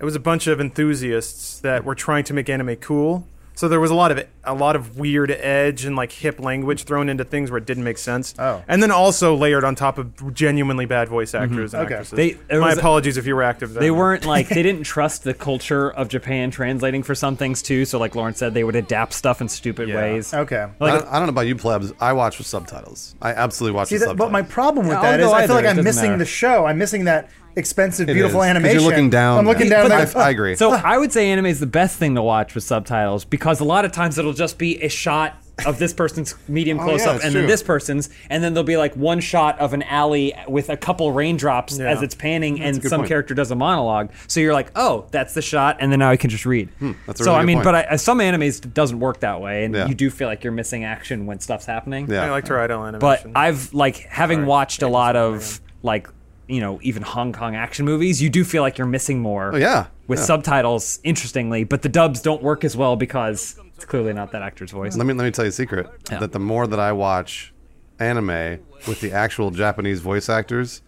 D: it was a bunch of enthusiasts that were trying to make anime cool. So there was a lot of a lot of weird edge and like hip language thrown into things where it didn't make sense.
B: Oh.
D: and then also layered on top of genuinely bad voice actors and
B: Okay.
D: actresses.
C: Mm-hmm. They- it
D: My
C: was-
D: apologies if you were active. Then.
C: they weren't like they didn't trust the culture of Japan translating for some things too. So like Lawrence said, they would adapt stuff in stupid
D: Yeah.
C: ways.
B: Okay.
A: I,
C: Like
A: don't, I don't know about you, plebs. I watch with subtitles. I absolutely watch
B: See,
A: with
B: that, but
A: subtitles.
B: my problem with
C: I'll
B: that is
C: go
B: I feel
C: either,
B: like
C: it
B: I'm
C: doesn't
B: missing
C: matter.
B: the show. I'm missing that expensive,
A: It
B: beautiful
A: is, 'cause
B: animation.
A: You're looking down.
B: I'm looking
A: now.
B: down.
A: I,
B: like,
A: I agree.
C: So I would say anime is the best thing to watch with subtitles because a lot of times it'll just be a shot of this person's medium close
A: Oh, yeah,
C: up
A: that's
C: and
A: true.
C: then this person's, and then there'll be like one shot of an alley with a couple raindrops
D: Yeah.
C: as it's panning,
A: a
C: and
A: good
C: some
A: point.
C: character does a monologue. So you're like, oh, that's the shot, and then now I can just read.
A: Hmm, that's a
C: so
A: really
C: I
A: good
C: mean,
A: point.
C: but I, some animes it doesn't work that way, and
A: Yeah.
C: you do feel like you're missing action when stuff's happening.
A: Yeah.
D: I like to write on
C: But
D: animation.
C: I've like having
D: Sorry.
C: watched a
D: Yeah,
C: lot
D: sorry,
C: of like you know even Hong Kong action movies, you do feel like you're missing more.
A: Oh, yeah.
C: with
A: Yeah.
C: subtitles, interestingly, but the dubs don't work as well because it's clearly not that actor's voice.
A: let me let me tell you a secret.
C: Yeah.
A: That the more that I watch anime with the actual Japanese voice actors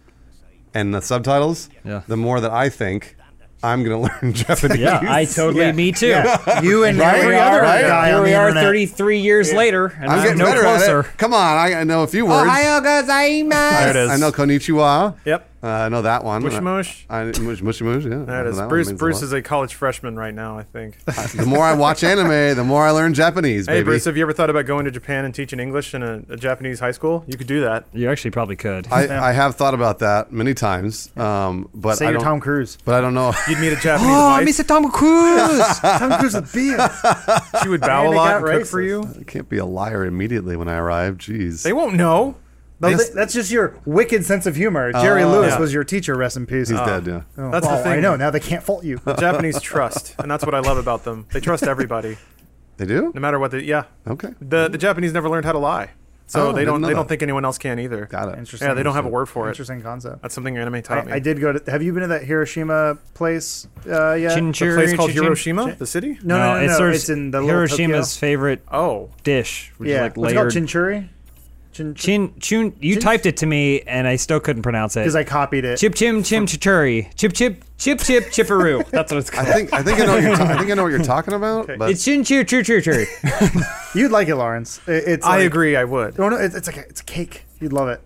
A: and the subtitles,
C: Yeah.
A: the more that I think I'm gonna learn Japanese.
C: yeah, I totally.
B: Yeah.
C: Me too.
B: Yeah. You and
A: Right?
B: every
A: We are,
B: other
A: right?
B: guy
C: Here
B: on
C: we
B: the
C: are,
B: internet.
C: 33 years later, and
A: I'm getting
C: no
A: better
C: closer.
A: at it. Come on, I, I know a few words.
D: there it is.
A: I know konnichiwa.
D: Yep.
A: Uh, I know that one.
D: Mush mush.
A: I, mush, mushy mush, yeah.
D: There it is. Bruce Bruce is a college freshman right now, I think.
A: the more I watch anime, the more I learn Japanese,
D: hey,
A: baby.
D: Bruce, have you ever thought about going to Japan and teaching English in a, a Japanese high school? You could do that.
C: You actually probably could.
A: I, I have thought about that many times, um, but
B: Say
A: I
B: you're
A: don't.
B: Tom Cruise.
A: But I don't know.
D: You'd meet a Japanese
B: Oh,
D: wife.
C: Oh, Tom Cruise.
B: Tom Cruise with beard.
D: She would bow a
B: they
D: lot
B: got
D: and cook for
B: racist.
D: you.
A: I can't be a liar immediately when I arrive. Jeez.
D: They won't know.
B: Well, th- that's just your wicked sense of humor. Jerry
A: Oh.
B: Lewis
D: Yeah.
B: was your teacher. Rest in peace.
A: He's dead. Yeah.
B: Oh,
D: That's the
B: well, I
D: thing.
B: know. Now they can't fault you.
D: Japanese trust, and that's what I love about them. They trust everybody,
A: They do.
D: no matter what. They, yeah,
A: Okay.
D: the the Japanese never learned how to lie, so
A: Oh,
D: they
A: didn't
D: don't
A: know
D: they
A: that.
D: don't think anyone else can either.
A: Got it.
B: Interesting.
D: Yeah, they don't have a word for it.
B: Interesting concept.
D: That's something anime taught me.
B: I, I did go to. Have you been to that Hiroshima place uh, yet?
C: Chin
D: The
C: chin.
D: place called
C: Chin-
D: Hiroshima, the city.
B: No, no, no,
C: it
B: no,
C: serves
B: it's in the little
C: Hiroshima's
B: Tokyo.
C: favorite
D: Oh,
C: dish, which
B: yeah,
C: is like
B: what's it called
C: layered.
B: chinchuri? Chin
C: Chin, chin, you
B: Chin-
C: typed it to me, and I still couldn't pronounce it.
B: because I copied it.
C: Chip chim chim chichuri. Chip chip chip chip chipperoo. That's what it's
A: I
C: called.
A: think I think I know what you're ta- I think I know what you're talking about. But
C: It's chin cheer cheer cheer cheer.
B: You'd like it, Lawrence. It- it's.
D: I
B: like-
D: agree. I would.
B: Oh no, it's, it's like a, it's a cake. You'd love it.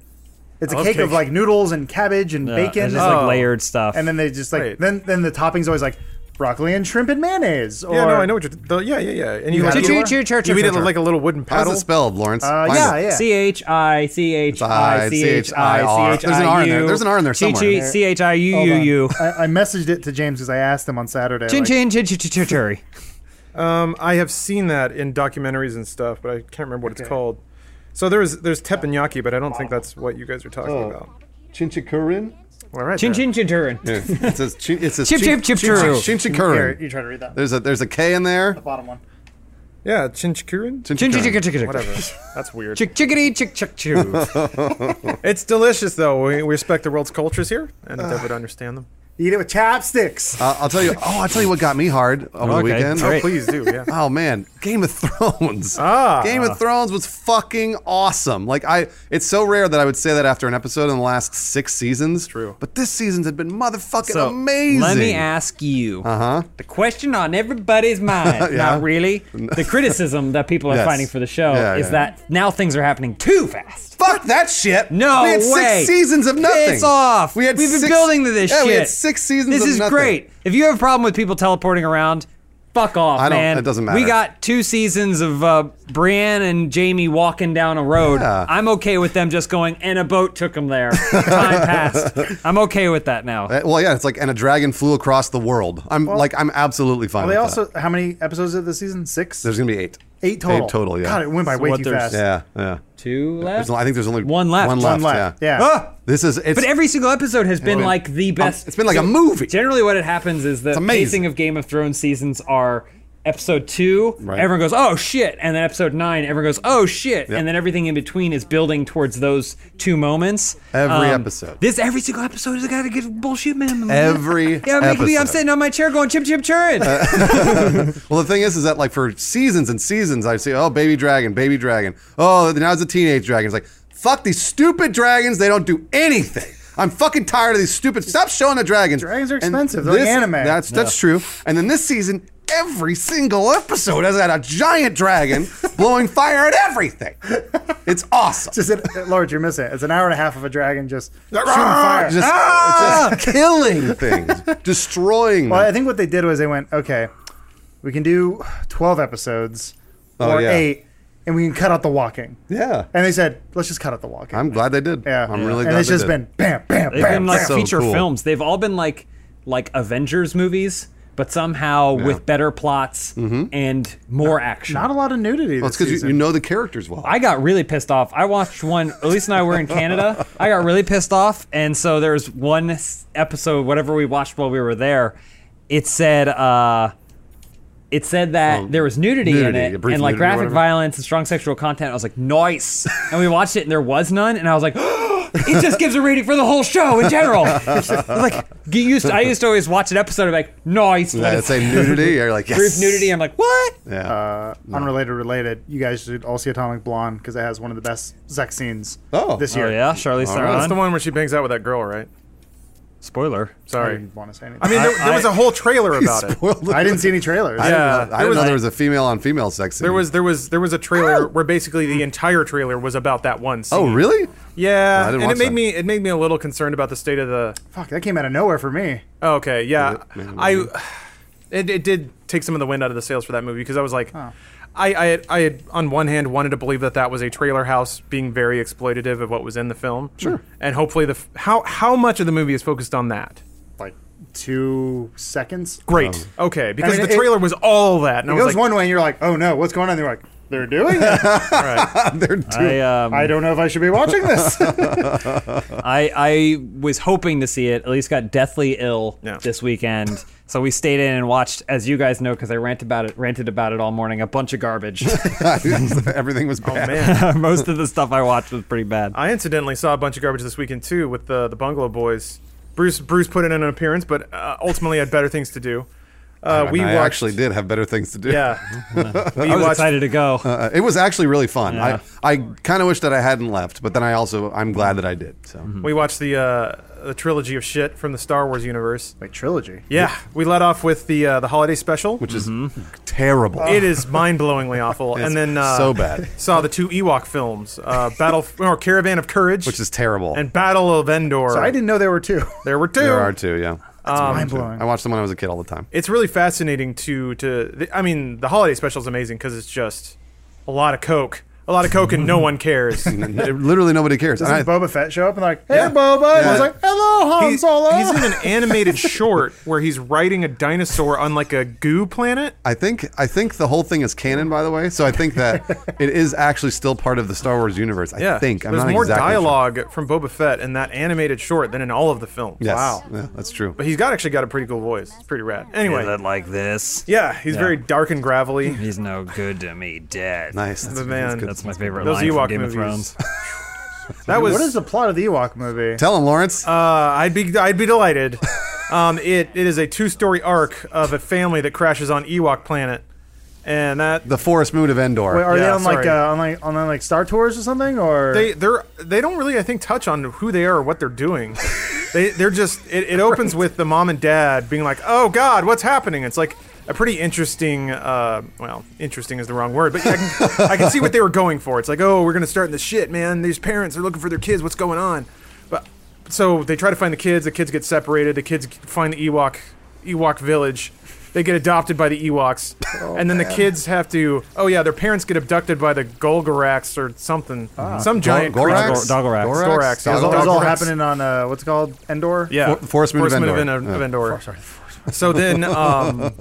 B: It's a
D: love
B: cake, of
D: cake.
B: like noodles and cabbage and
C: Yeah,
B: bacon.
C: Uh, it's just like
D: Oh.
C: layered stuff.
B: and then they just like
D: Wait.
B: then then the toppings always like broccoli and shrimp and mayonnaise. Or,
D: Yeah, no, I know what you're. The, yeah, yeah, yeah. And you,
B: had
D: have
B: it
D: you,
B: before?
D: you eat it like a little wooden
A: how's
D: paddle.
A: it spelled, Lawrence?
B: Uh,
A: Find
B: yeah,
A: it.
B: yeah.
C: C H I C H I C H I C H I U.
A: There's an R in there. There's an R in there
C: Chi- chi-
A: somewhere.
C: C H I U
B: Hold
C: U
B: on.
C: U.
B: I, I messaged it to James because I asked him on Saturday.
C: Chin
B: like,
C: chin chin chin chin chin cherry.
D: Um, I have seen that in documentaries and stuff, but I can't remember what it's called. So there's there's teppanyaki, but I don't think that's what you guys are talking
A: Oh.
D: about.
A: Chinchikurin.
D: All right.
C: Chin
D: there.
C: chin chin turin.
A: Yeah, it says chin, it says
C: Chip,
A: chin-
C: chip, chip,
A: chin-
C: churro.
B: Here, you
A: Chinchikurin.
B: try to read that.
A: There's a there's a K in there.
B: bottom one.
D: Yeah, chinchikurin.
C: Chin chin chin chin
D: Whatever.
C: chin.
D: That's weird.
C: Chick chickadee chick chick choo.
D: It's delicious though. We, we respect the world's cultures here, and they would understand them.
B: Eat it with chopsticks.
A: Uh, I'll tell you. Oh, I'll tell you what got me hard over the
C: Okay,
A: weekend.
C: great.
D: Please do. Yeah.
A: Oh man, Game of Thrones.
C: Ah.
A: Game of Thrones was fucking awesome. Like I, it's so rare that I would say that after an episode in the last six seasons.
D: True.
A: But this season's had been motherfucking
C: So,
A: amazing.
C: Let me ask you uh-huh. the question on everybody's mind. Not really. The criticism that people are
A: Yes.
C: finding for the show
A: Yeah,
C: is
A: yeah.
C: that now things are happening too fast.
A: Fuck that shit.
C: No
A: we had
C: way.
A: Six seasons of nothing.
C: Piss off.
A: We had
C: We've been
A: six-
C: building to this
A: yeah,
C: shit.
A: we had six seasons.
C: This
A: of
C: is
A: nothing.
C: great. If you have a problem with people teleporting around, fuck off,
A: I don't-
C: man.
A: it doesn't
C: We
A: matter.
C: got two seasons of uh, Brienne and Jamie walking down a road.
A: Yeah.
C: I'm okay with them just going, and a boat took them there. Time passed. I'm okay with that now.
A: Uh, Well, yeah, it's like and a dragon flew across the world. I'm like I'm absolutely fine.
B: Are they
A: with
B: also
A: that.
B: how many episodes of the season? Six,
A: there's gonna be eight.
B: eight total.
A: Eight total. Yeah.
B: God, it went by
C: So
B: way
C: what,
B: too
C: there's-
B: fast.
A: yeah. Yeah.
C: Two
A: There's,
C: left.
A: I think there's only
C: One left.
A: One
C: One
A: left.
B: One left.
A: Yeah.
B: Yeah.
C: Ah!
A: This is it's.
C: But every single episode has been like the best.
A: um, it's been like a movie.
C: Generally, what it happens is the
A: amazing.
C: pacing of Game of Thrones seasons are episode two,
A: Right.
C: everyone goes, oh shit. And then episode nine, everyone goes, oh shit. And then everything in between is building towards those two moments. Um,
A: Every episode.
C: This every single episode has got to get bullshit minimum.
A: Every
C: Yeah, make me,
A: episode.
C: I'm
A: Uh,
C: sitting on my chair going, chip, chip, churrin.
A: Well, the thing is, is that like for seasons and seasons, I say, oh, baby dragon, baby dragon. Oh, now it's a teenage dragon. It's like, fuck these stupid dragons. They don't do anything. I'm fucking tired of these stupid. Stop showing the dragons.
B: Dragons are
A: And
B: expensive. They're like anime.
A: That's that's true. And then this season, every single episode has had a giant dragon blowing fire at everything. It's awesome.
B: Just it, Lord, you're missing it. It's an hour and a half of a dragon just shooting fire. Ah!
A: Just, just killing things, destroying.
B: Well, I
A: them.
B: think what they did was they went, okay, we can do 12 episodes
A: Oh,
B: or
A: yeah.
B: eight, and we can cut out the walking.
A: Yeah.
B: And they said, let's just cut out the walking.
A: I'm glad they did.
B: yeah.
A: I'm really
B: And
A: glad
B: it's
A: they
B: just
A: did.
B: been bam, bam,
C: They've
B: bam.
C: been like
A: bam. So
C: feature
A: cool.
C: films. They've all been like like Avengers movies, but somehow with better plots
A: Mm-hmm.
C: and more action.
B: Not a lot of nudity.
A: Well,
B: this
A: it's because you,
B: season.
A: you know the characters well.
C: I got really pissed off. I watched one. Elise and I were in Canada. I got really pissed off, and so there was one s- episode, whatever we watched while we were there. It said, uh, it said that there was nudity,
A: Oh, nudity,
C: in
A: a
C: it,
A: brief
C: and like
A: nudity or
C: graphic
A: whatever.
C: violence and strong sexual content. I was like, nice. and we watched it, and there was none, and I was like. It just gives a rating for the whole show in general. like get used. To, I used to always watch an episode of like nice,
A: Yeah,
C: like,
A: it's a nudity. You're like yes.
C: brief nudity. I'm like, what?
A: Yeah.
B: Unrelated, related. You guys should all see Atomic Blonde because it has one of the best sex scenes
A: Oh.
B: this year.
C: Oh yeah, Charlize
D: That's
C: Theron.
D: the one where she bangs out with that girl, right?
C: Spoiler.
B: I
D: Sorry.
B: didn't want to say anything.
D: I mean, there, there was a whole trailer about it.
A: Spoiled
B: I didn't see any trailers.
A: I didn't
D: Yeah,
A: know- I
D: Uh, there
A: didn't
D: was-
A: know there was a female on female sex. Scene.
D: There was there was there was a trailer where basically the entire trailer was about that one scene.
A: Oh really?
D: Yeah,
A: I didn't
D: and
A: watch
D: it made
A: that.
D: me it made me a little concerned about the state of the.
B: Fuck, that came out of nowhere for me.
D: Oh, okay, yeah,
A: Maybe- maybe-
D: I it, it did take some of the wind out of the sails for that movie because I was like, I I had, I had on one hand wanted to believe that that was a trailer house being very exploitative of what was in the film, sure, and hopefully the f- how how much of the movie is focused on that.
B: Like two seconds.
D: Great,
A: Oh.
D: okay, because
B: mean,
D: the
B: it-
D: trailer was all that, and I
B: It
D: was
B: goes
D: like,
B: one way, and you're like, oh no, what's going on? And you're like, they're doing it.
D: Uh,
A: They're too-
C: I, um,
B: I don't know if I should be watching this.
C: I, I was hoping to see it. At least got deathly ill
D: Yeah.
C: this weekend, so we stayed in and watched. As you guys know, because I rant about it, ranted about it all morning. A bunch of garbage.
A: everything was bad.
D: Oh, man.
C: Most of the stuff I watched was pretty bad.
D: I incidentally saw a bunch of garbage this weekend too with the the Bungalow Boys. Bruce Bruce put in an appearance, but uh, ultimately had better things to do. Uh, we
A: I
D: watched,
A: actually did have better things to do.
D: Yeah, we
C: I was
D: watched-
C: excited to go.
A: Uh, it was actually really fun.
C: Yeah.
A: I I kind of wish that I hadn't left, but then I also I'm glad that I did. So
D: We watched the uh, the trilogy of shit from the Star Wars universe.
B: Wait, trilogy.
D: Yeah, we let off with the uh, the holiday special,
A: which is terrible.
D: Mm-hmm. it is mind blowingly awful.
A: It's
D: and then uh,
A: so bad.
D: Saw the two Ewok films, uh, Battle or Caravan of Courage,
A: Which is terrible.
D: and Battle of Endor.
B: So I didn't know there were two.
D: There were two.
A: there are two. Yeah.
D: Um,
B: Mind blowing.
A: I watched them when I was a kid all the time.
D: it's really fascinating to to th- I mean the holiday special is amazing because it's just a lot of coke, a lot of coke, and no one cares. He's,
A: Literally nobody cares. And I-
B: Doesn't Boba Fett show up and like, hey
D: Yeah.
B: Boba? And I
A: Yeah.
B: was like, hello Han Solo.
D: he's in an animated short where he's riding a dinosaur on like a goo planet.
A: I think I think the whole thing is canon, by the way. So I think that it is actually still part of the Star Wars universe. I
D: Yeah,
A: think I'm
D: there's
A: not
D: more
A: exactly sure.
D: dialogue from Boba Fett in that animated short than in all of the films.
A: Yes.
D: Wow,
A: Yeah, that's true.
D: but he's got actually got a pretty cool voice. It's pretty rad. Anyway,
C: Is it like this?
D: yeah, he's very dark and gravelly.
C: He's no good to me, dead.
A: nice. That's,
D: But man,
A: good.
C: That's my favorite
D: those
C: line from
D: Ewok
C: Game of
D: movies.
C: Thrones.
D: that was
B: what is the plot of the Ewok movie?
A: Tell him, Lawrence.
D: Uh, I'd be I'd be delighted. Um, it it is a two story arc of a family that crashes on Ewok planet, and that
A: The Forest Moon of Endor.
B: Wait, are they
D: Yeah,
B: on like
D: sorry.
B: uh, on like on like Star Tours or something? Or
D: they they're they don't really I think touch on who they are or what they're doing. they they're just it, it opens with the mom and dad being like, "Oh God, what's happening?" It's like a pretty interesting. Uh, well, interesting is the wrong word, but I can, I can see what they were going for. It's like, "Oh, we're gonna start in the shit, man. These parents are looking for their kids. What's going on?" But so they try to find the kids. The kids get separated. The kids find the Ewok Ewok village. They get adopted by the Ewoks, and then the kids have to. Oh yeah, their parents get abducted by the Golgoraks or something. Some
A: Gor-
D: giant creature.
A: Gorax?
C: Dogorax.
A: Gorax?
D: Dogorax.
B: It was all, it was all
A: Dogorax?
B: happening on uh, what's it called Endor. Oh,
D: Yeah,
A: For- Forest Moon of
D: Forest
A: Endor.
D: of,
A: Yeah.
D: of Endor. so then, um,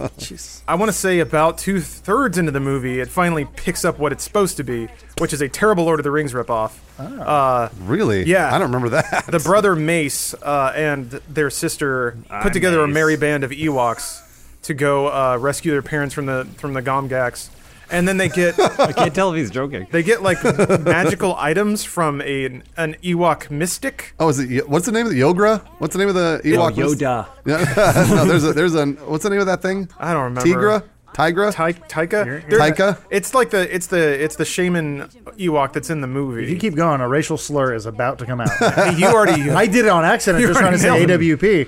D: I want to say about two thirds into the movie, it finally picks up what it's supposed to be, which is a terrible Lord of the Rings ripoff.
A: Ah.
D: Uh,
A: Really?
D: Yeah.
A: I don't remember that.
D: the brother Mace uh, and their sister
A: Ah,
D: put together a
C: Mace.
D: merry band of Ewoks to go uh, rescue their parents from the from the Gomgax, and then they get
C: I can't tell if he's joking.
D: they get like magical items from a an Ewok mystic.
A: Oh, is it? Yo- What's the name of the Yogra? What's the name of the Ewok?
C: Yoda.
A: Yeah, no, there's a there's an what's the name of that thing?
D: I don't remember.
A: Tigra, Tigra.
D: Ty- Taika? They're-
A: Taika?
D: It's like the it's the it's the shaman Ewok that's in the movie.
B: If you keep going, a racial slur is about to come out.
D: Hey, you already.
B: I did it on accident,
D: You
B: just trying to say
D: already
B: AWP.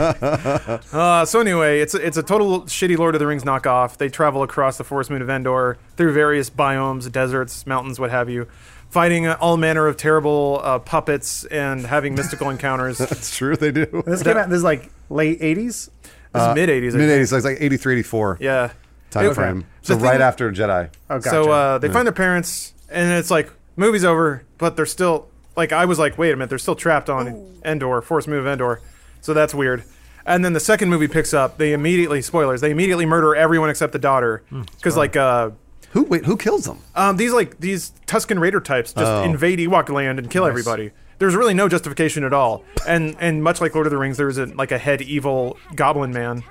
D: uh, so anyway, it's it's a total shitty Lord of the Rings knockoff. They travel across the forest moon of Endor through various biomes, deserts, mountains, what have you, fighting uh, all manner of terrible uh, puppets and having mystical encounters. This
A: It's true, they do.
B: this came out. This is like late '80s.
D: is mid '80s.
A: Uh, Mid '80s, like, like 83, 84
D: Yeah.
A: time
D: It-
A: frame.
D: The
A: So
D: thing-
A: right after Jedi.
B: Oh, gotcha.
D: So uh, they find their parents, and it's like movie's over, but they're still like I was like, wait a minute, they're still trapped on Endor, forced move Endor, so that's weird. And then the second movie picks up. They immediately spoilers. They immediately murder everyone except the daughter
B: Hmm,
D: because like uh,
A: Who wait? Who kills them?
D: um, these like these Tuscan Raider types just
A: Oh.
D: invade Ewok land and kill everybody. There's really no justification at all. And and much like Lord of the Rings, there's a, like a head evil goblin man.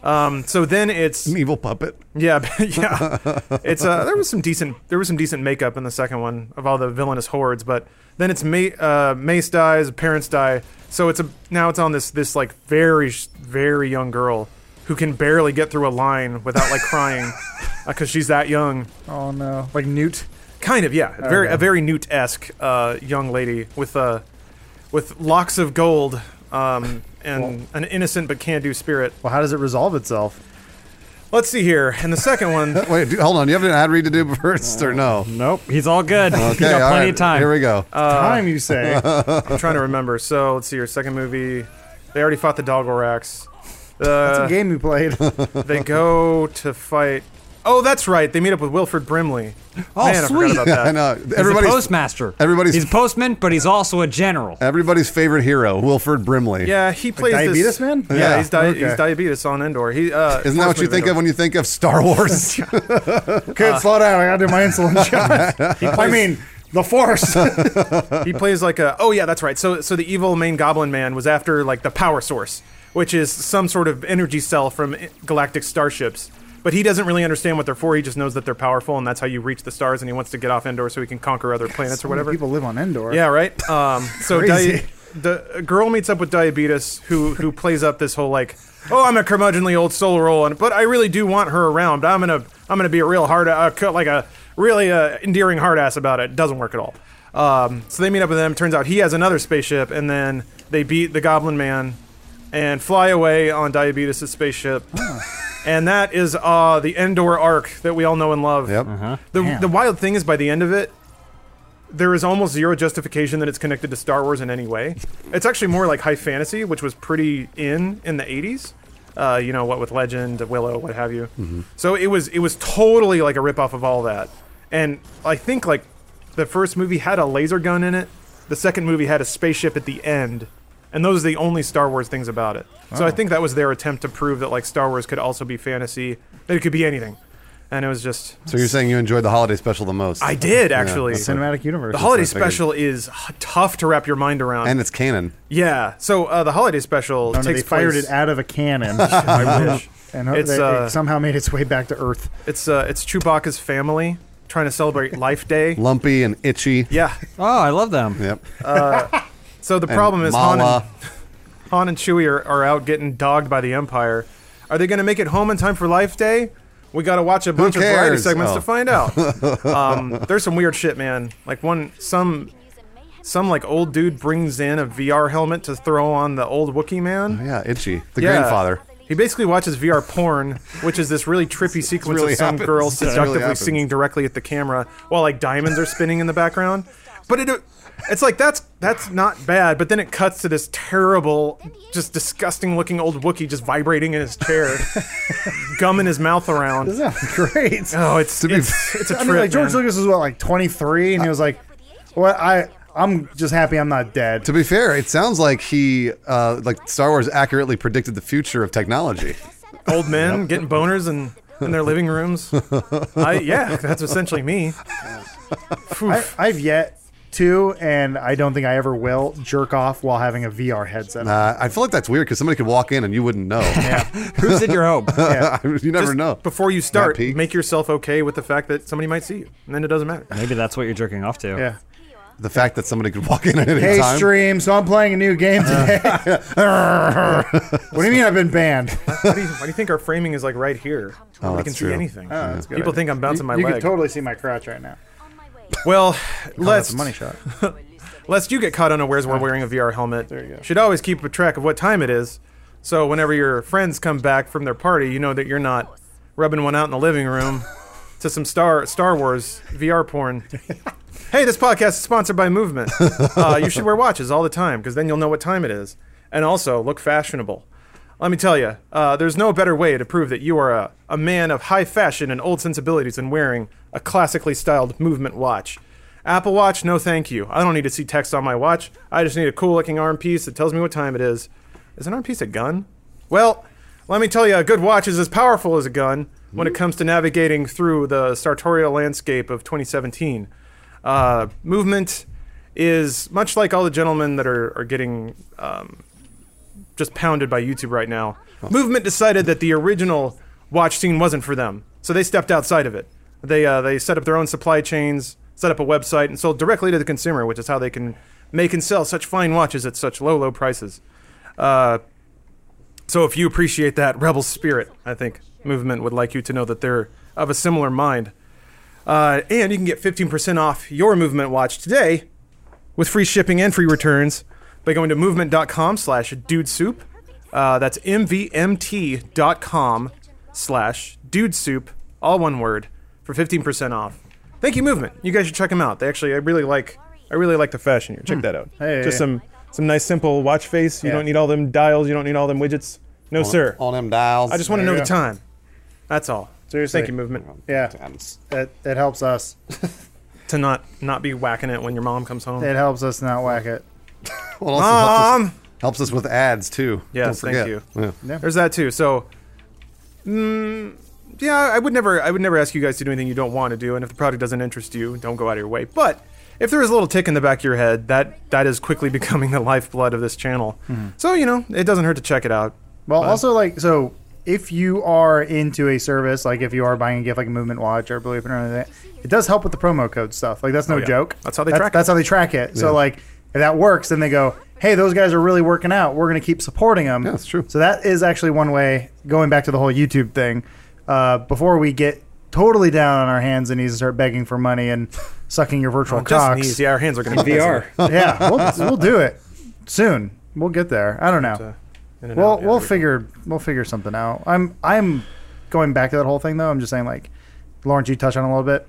D: Um, so then it's
A: An evil puppet.
D: yeah, but- yeah. It's uh, there was some decent there was some decent makeup in the second one of all the villainous hordes, but then it's Ma- uh, Mace dies, parents die, so it's a now it's on this this like very sh- very young girl who can barely get through a line without like crying because she's that young.
B: oh no, like Newt.
D: Kind of, yeah. Very a very Newt esque uh, young lady with uh, with locks of gold um, and an innocent but can do spirit.
B: Well, how does it resolve itself?
D: Let's see here, and the second one.
A: Wait, do, hold on. You have an ad read to do first, or no?
C: Nope, he's all good. Okay, he's
A: Okay,
C: got
A: all
C: plenty
A: right,
C: of time.
A: Here we go.
D: Uh,
B: Time you say?
D: I'm trying to remember. So let's see your second movie. They already fought the Dalgorax.
B: It's a
D: Uh,
B: game you played.
D: they go to fight. Oh, that's right. They meet up with Wilfred Brimley.
C: Oh,
D: Man, I
C: sweet.
D: forgot
A: I
D: about that.
A: know.
C: He's a
A: uh, Everybody's
C: postmaster.
A: everybody's-
C: he's a postman, but he's also a general.
A: everybody's favorite hero, Wilford Brimley.
D: yeah, he plays this-
B: diabetes man?
D: Yeah,
A: Yeah.
D: He's, di- he's
B: Okay.
D: diabetes on Endor. He uh,
A: Isn't that what you think of when you think of Star Wars?
B: Kid,
D: Uh,
B: slow down. I gotta do my insulin shot. I mean, the Force.
D: he plays like a oh yeah that's right so so the evil main goblin man was after like the power source which is some sort of energy cell from i- galactic starships but he doesn't really understand what they're for he just knows that they're powerful and that's how you reach the stars and he wants to get off Endor so he can conquer other planets or whatever
B: People live on Endor.
D: yeah right um so
B: Crazy.
D: di- the a girl meets up with diabetes who who plays up this whole like oh i'm a curmudgeonly old soul roll and but i really do want her around i'm gonna i'm gonna be a real hard uh, cut- like a really uh, endearing hard ass about it doesn't work at all um, so they meet up with them turns out he has another spaceship and then they beat the goblin man and fly away on diabetes' spaceship and that is uh, the endor arc that we all know and love
A: yep.
D: the,
B: Damn.
D: the wild thing is by the end of it there is almost zero justification that it's connected to star wars in any way it's actually more like high fantasy which was pretty in in the 80s uh, you know what with legend willow what have you so it was it was totally like a ripoff of all that and i think like the first movie had a laser gun in it the second movie had a spaceship at the end and those are the only star wars things about it so i think that was their attempt to prove that like star wars could also be fantasy that it could be anything and it was just
A: So you're saying you enjoyed the holiday special the most?
D: I did actually.
A: that's
D: the
B: Cinematic universe.
D: holiday
A: That's what I figured.
D: special is h- tough to wrap your mind around.
A: And it's canon.
D: yeah, so uh, the holiday special
B: Oh, no,
D: takes
B: they fired
D: place.
B: it out of a cannon. I wish. And
D: It's,
B: it's,
D: uh,
B: it somehow made its way back to Earth.
D: it's uh, it's Chewbacca's family trying to celebrate Life Day.
A: Lumpy and itchy.
D: Yeah.
C: Oh, I love them.
A: Yep.
D: So the
A: And
D: problem is Han
A: Mala.
D: and, Han and Chewie are, are out getting dogged by the Empire. Are they going to make it home in time for Life Day? We got to watch a bunch of variety
A: cares?
D: segments
A: Oh.
D: to find out. um, there's some weird shit, man. Like one, some, some like old dude brings in a VR helmet to throw on the old Wookiee man.
A: Yeah, Itchy, the
D: Yeah.
A: grandfather.
D: He basically watches VR porn, which is this really trippy sequence
A: really
D: of some
A: happens.
D: girl
A: This really
D: seductively
A: happens.
D: singing directly at the camera while like diamonds are spinning in the background. But it it's like that's that's not bad, but then it cuts to this terrible, just disgusting looking old Wookiee just vibrating in his chair, gumming his mouth around.
B: Yeah, great.
D: Oh, it's
A: be
D: it's, it's a
B: I
D: trip.
B: mean, like George
D: man.
B: Lucas was what, like 23, and he was like, "Well, I, I'm just happy I'm not dead."
A: To be fair, it sounds like he, uh, like Star Wars, accurately predicted the future of technology.
D: old men getting boners and. In their living rooms, I, yeah, that's essentially me.
B: I, I've yet to, and I don't think I ever will, jerk off while having a VR headset. on.
A: Uh, I feel like that's weird because somebody could walk in and you wouldn't know.
C: Who's in your home?
A: you never
D: Just
A: know.
D: Before you start,
A: peek.
D: make yourself okay with the fact that somebody might see you, and then it doesn't matter.
C: Maybe that's what you're jerking off to.
B: Yeah.
A: the fact that somebody could walk in at any
B: Hey,
A: time.
B: stream. So I'm playing a new game today. what do you mean I've been banned?
D: why, do you, why do you think our framing is like right here? Nobody
A: that's
D: can see
A: true.
D: anything.
B: Oh, that's a good
D: People
B: idea.
D: think I'm bouncing my
B: you
D: leg.
B: can totally Oh, see my crotch right now.
D: well, lest,
B: shot.
D: lest you get caught unawares while wearing a VR helmet,
B: There you go.
D: should always keep a track of what time it is. So whenever your friends come back from their party, you know that you're not rubbing one out in the living room to some Star Star Wars VR porn. hey, this podcast is sponsored by Movement. Uh, you should wear watches all the time because then you'll know what time it is, and also look fashionable. Let me tell you, uh, there's no better way to prove that you are a, a man of high fashion and old sensibilities than wearing a classically styled movement watch. Apple Watch, no thank you. I don't need to see text on my watch. I just need a cool looking arm piece that tells me what time it is. Is an arm piece a gun? Well, let me tell you, a good watch is as powerful as a gun when it comes to navigating through the sartorial landscape of 2017. Uh, movement is much like all the gentlemen that are, are getting um, just pounded by YouTube right now. Movement decided that the original watch scene wasn't for them, so they stepped outside of it. They uh, they set up their own supply chains, set up a website, and sold directly to the consumer, which is how they can make and sell such fine watches at such low low prices. Uh, so if you appreciate that rebel spirit, I think Movement would like you to know that they're of a similar mind. Uh, and you can get 15% off your Movement watch today with free shipping and free returns by going to movement.com slash dude soup. Uh, that's mvmt.com slash dude soup, all one word, for 15% off. Thank you, Movement. You guys should check them out. They actually, I really like, I really like the fashion here. Check that out.
B: Hmm. Hey,
D: Just
B: yeah.
D: some, some nice simple watch face. You
B: Yeah.
D: don't need all them dials. You don't need all them widgets. No, sir.
A: On them dials.
D: I just want to
B: There
D: know
B: you
D: the
B: go.
D: time. That's all.
B: Seriously.
D: Thank you, movement.
B: Yeah, that, that helps us.
D: To not not be whacking it when your mom comes home.
B: It helps us not whack it.
A: Well, also helps,
D: Mom.
A: us, helps us with ads too.
D: Ah. Yes,
A: Don't
D: thank
A: forget.
D: you.
A: Yeah.
D: There's that too. So, mm, yeah, I would never, I would never ask you guys to do anything you don't want to do, and if the product doesn't interest you, don't go out of your way. But if there is a little tick in the back of your head, that that is quickly becoming the lifeblood of this channel.
B: Mm-hmm.
D: So you know, it doesn't hurt to check it out.
B: Well, also like so, if you are into a service, like if you are buying a gift like a Movement Watch or Blue Apron or anything, it does help with the promo code stuff. Like that's no
D: Oh, yeah.
B: joke.
D: That's how they track it.
B: That's how they track it. So like, if that works, then they go, "Hey, those guys are really working out. We're going to keep supporting them."
A: Yeah, that's true.
B: So that is actually one way. Going back to the whole YouTube thing, uh, before we get totally down on our hands and knees and start begging for money and sucking your virtual
D: Oh, Just
B: cocks,
D: knees. Yeah, our hands are going to be
C: VR.
B: yeah, we'll, we'll do it soon. We'll get there. I don't know.
D: uh, in and
B: Well,
D: out. Yeah,
B: we'll
D: there we go.
B: figure we'll figure something out. I'm I'm going back to that whole thing though. I'm just saying like, Lawrence, you touched on it a little bit.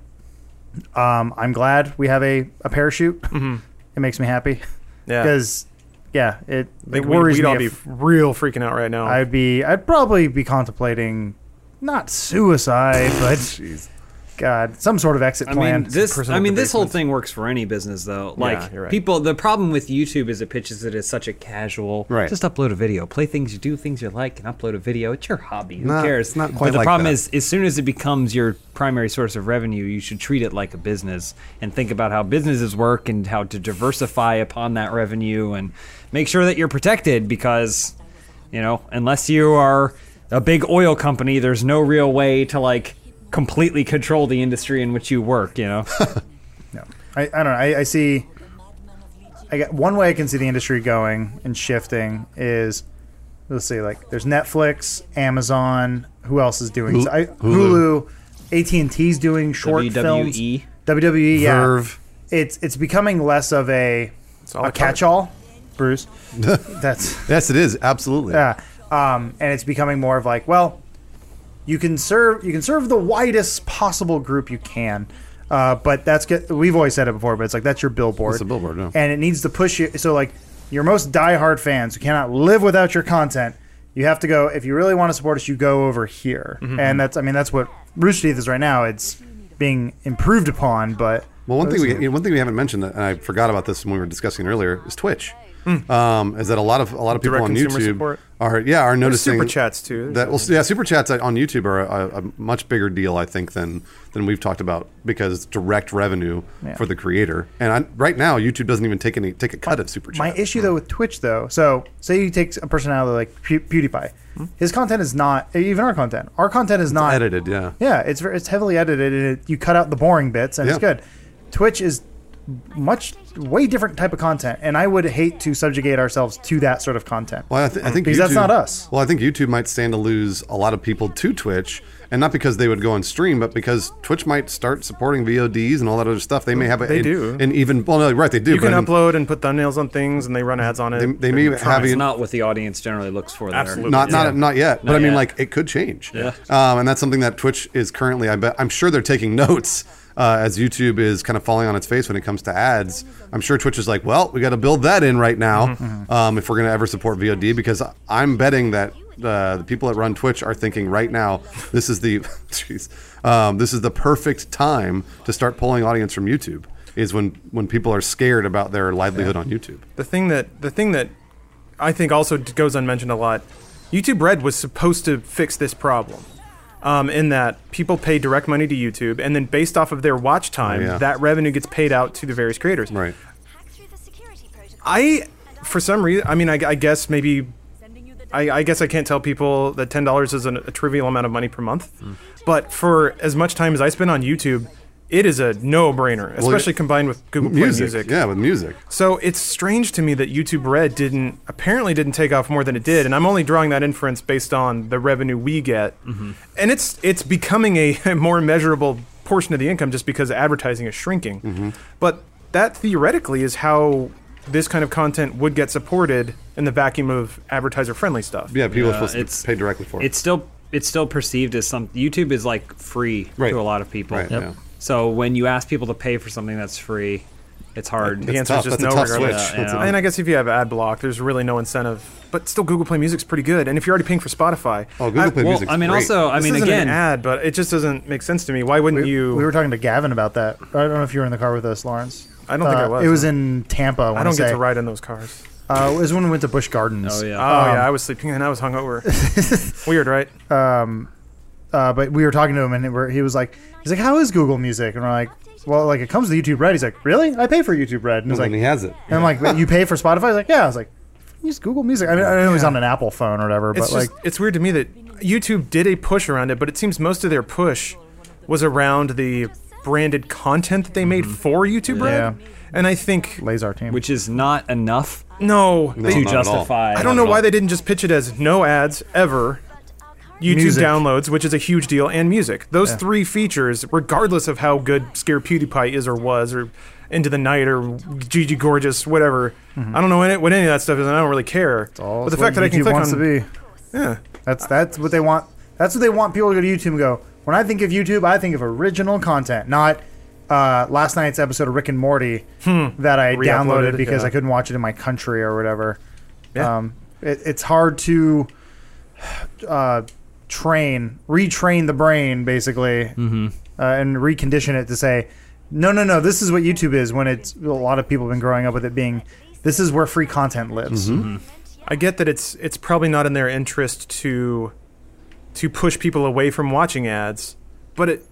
B: Um, I'm glad we have a a parachute. It makes me happy
D: Mm-hmm. Yeah,
B: because yeah. it
D: Like,
B: it
D: we,
B: worries
D: would all
B: me.
D: be
B: if
D: real freaking out right now.
B: I'd be I'd probably be contemplating not suicide, but
A: Jeez.
B: God, some sort of exit
C: I
B: plan.
C: mean, this.
D: person
C: I
D: with
C: mean,
D: the
C: this whole thing works for any business, though. Like
D: you're right.
C: people, the problem with YouTube is it pitches it as such a casual.
A: Right.
C: Just upload a video, play things you do, things you like, and upload a video. It's your hobby. Who
A: Not-
C: cares?
A: it's not
C: But
A: quite
C: the
A: like
C: problem
A: that.
C: is, as soon as it becomes your primary source of revenue, you should treat it like a business and think about how businesses work and how to diversify upon that revenue and make sure that you're protected because, you know, unless you are a big oil company, there's no real way to like completely control the industry in which you work. You know.
B: No, I, I don't know. I, I see. I got one way I can see the industry going and shifting is let's see, like there's Netflix, Amazon. Who else is doing?
A: Hul-
B: So I-
A: Hulu.
B: Hulu, AT and T's doing short
C: WWE?
B: films. WWE, yeah.
A: Verve.
B: It's it's becoming less of a
D: all
B: a
D: the color.
B: catch all, Bruce. That's
A: Yes, it is absolutely.
B: yeah. Um, and it's becoming more of like, well, you can serve you can serve the widest possible group you can. Uh, but that's get, we've always said it before, but it's like that's your billboard.
A: It's a billboard, yeah.
B: and it needs to push you. So like your most diehard fans who cannot live without your content, you have to go. If you really want to support us, you go over here.
A: Mm-hmm.
B: And that's I mean that's what Rooster Teeth is right now. It's being improved upon, but
A: Well, one thing we you know, one thing we haven't mentioned, and I forgot about this when we were discussing earlier, is Twitch. Um, is that a lot of a lot of people
D: Hmm. Direct
A: on
D: consumer
A: YouTube
D: support.
A: are yeah are noticing
D: super chats, too.
A: That well, yeah, super chats on YouTube are a, a much bigger deal, I think, than than we've talked about because it's direct revenue
B: Yeah.
A: for the creator. And I, right now, YouTube doesn't even take any take a cut of super chat.
B: My issue though with Twitch though, so say you take a person out of like Pew- PewDiePie, his content is not even our content. Our content is not
A: Hmm? edited, yeah.
B: Yeah, it's ver- it's heavily edited, and it, you cut out the boring bits, and it's
A: Yeah.
B: good. Twitch is much way different type of content, and I would hate to subjugate ourselves to that sort of content.
A: Well, I, th- I think
B: Because that's
A: YouTube-
B: not us.
A: Well, I think YouTube might stand to lose a lot of people to Twitch, and not because they would go on stream, but because Twitch might start supporting VODs and all that other stuff. They may have a,
D: They
A: an-
D: do.
A: an even well, no, right? They do.
D: You can
A: but I mean,
D: upload and put thumbnails on things, and they run ads on it.
A: They, they may have
C: It's
A: even,
C: not what the audience generally looks for. There.
D: Absolutely.
A: not not not yet, but I mean,
C: yet.
A: like it could change. Yeah. Um, and that's something that Twitch is currently. I bet I'm sure they're taking notes. Uh, as YouTube is kind of falling on its face when it comes to ads, I'm sure Twitch is like, well, we got to build that in right now
C: Mm-hmm.
A: um, if we're going to ever support VOD because I'm betting that uh, the people that run Twitch are thinking right now this is the, jeez, um, this is the perfect time to start pulling audience from YouTube is when when people are scared about their livelihood on YouTube.
D: the thing that the thing that I think also d- goes unmentioned a lot. YouTube Red was supposed to fix this problem, um, in that people pay direct money to YouTube, and then based off of their watch time,
A: yeah.
D: that revenue gets paid out to the various creators.
A: Right.
D: I, for some reason, I mean, I, I guess maybe, I, uh, I guess I can't tell people that ten dollars is an, a trivial amount of money per month, but for as much time as I spend on YouTube, it is a no-brainer, especially combined with Google Play
A: Music,
D: Music.
A: yeah, with music.
D: So it's strange to me that YouTube Red didn't apparently didn't take off more than it did, and I'm only drawing that inference based on the revenue we get,
A: Mm-hmm.
D: and it's it's becoming a, a more measurable portion of the income just because advertising is shrinking.
A: Mm-hmm.
D: But that theoretically is how this kind of content would get supported in the vacuum of advertiser-friendly stuff.
A: Yeah, people
C: Yeah,
A: are supposed
C: Uh, it's-
A: to pay directly for it.
C: It's still it's still perceived as some YouTube is like free
A: Right.
C: to a lot of people.
A: Right, Yep. yeah.
C: So when you ask people to pay for something that's free, it's hard.
D: The
A: It's
D: answer
A: tough.
D: is just
A: That's a
D: no,
A: tough
D: regardless.
A: switch.
C: Yeah, That's a- yeah.
D: And I guess if you have ad block, there's really no incentive. But still, Google Play Music's pretty good. And if you're already paying for Spotify,
A: Oh, Google
D: I-
A: Play
C: well,
A: Music's
C: I mean,
A: great.
C: also, I
D: This
C: mean,
D: isn't
C: again,
D: an ad, but it just doesn't make sense to me. Why wouldn't you?
B: We were talking to Gavin about that. I don't know if you were in the car with us, Lawrence. Uh,
D: I don't think I was,
B: It was in Tampa. I,
D: I
B: wanna
D: don't get
B: say.
D: to ride in those cars.
B: Uh, it was when we went to Busch Gardens.
C: Oh,
D: Oh
A: Um,
C: yeah.
D: yeah, I was sleeping and I was hungover. Weird, right?
B: uh, but we were talking to him and we're, he was like, he's like, how is Google Music? And we're like, well, like it comes to YouTube Red. He's like, really? I pay for YouTube Red. And he's like,
A: and he has it.
B: And I'm like, "But you pay for Spotify? He's like, yeah. I was like, use Google Music. I mean, I know he's on an Apple phone or whatever,
D: It's
B: but like,
D: just it's weird to me that YouTube did a push around it, but it seems most of their push was around the branded content that they made for YouTube Red.
B: Yeah.
D: And I think
B: lays our team.
C: which is not enough
D: no,
A: No,
D: they-
A: not
C: to
A: at all.
C: justify.
D: I don't know why they didn't just pitch it as no ads ever. YouTube
B: Music.
D: downloads, which is a huge deal, and music. Those three features, regardless of how good Scare PewDiePie is or was, or Into the Night or Gigi Gorgeous, whatever.
B: Mm-hmm.
D: I don't know what any, what any of that stuff is, and I don't really care.
B: Oh,
D: but the
B: that's
D: fact
B: what
D: that I can
B: YouTube
D: click
B: wants
D: on
B: to be.
D: yeah,
B: That's that's what they want. That's what they want people to go to YouTube and go. When I think of YouTube, I think of original content, not uh, last night's episode of Rick and Morty that I
D: Hmm. Re-uploaded,
B: downloaded because
D: yeah.
B: I couldn't watch it in my country or whatever.
D: Yeah.
B: Um, it, it's hard to uh, train, retrain the brain basically,
D: Mm-hmm.
B: uh, and recondition it to say, no, no, no, this is what YouTube is. When it's a lot of people have been growing up with it being, this is where free content lives.
D: Mm-hmm. I get that it's it's probably not in their interest to to push people away from watching ads, but it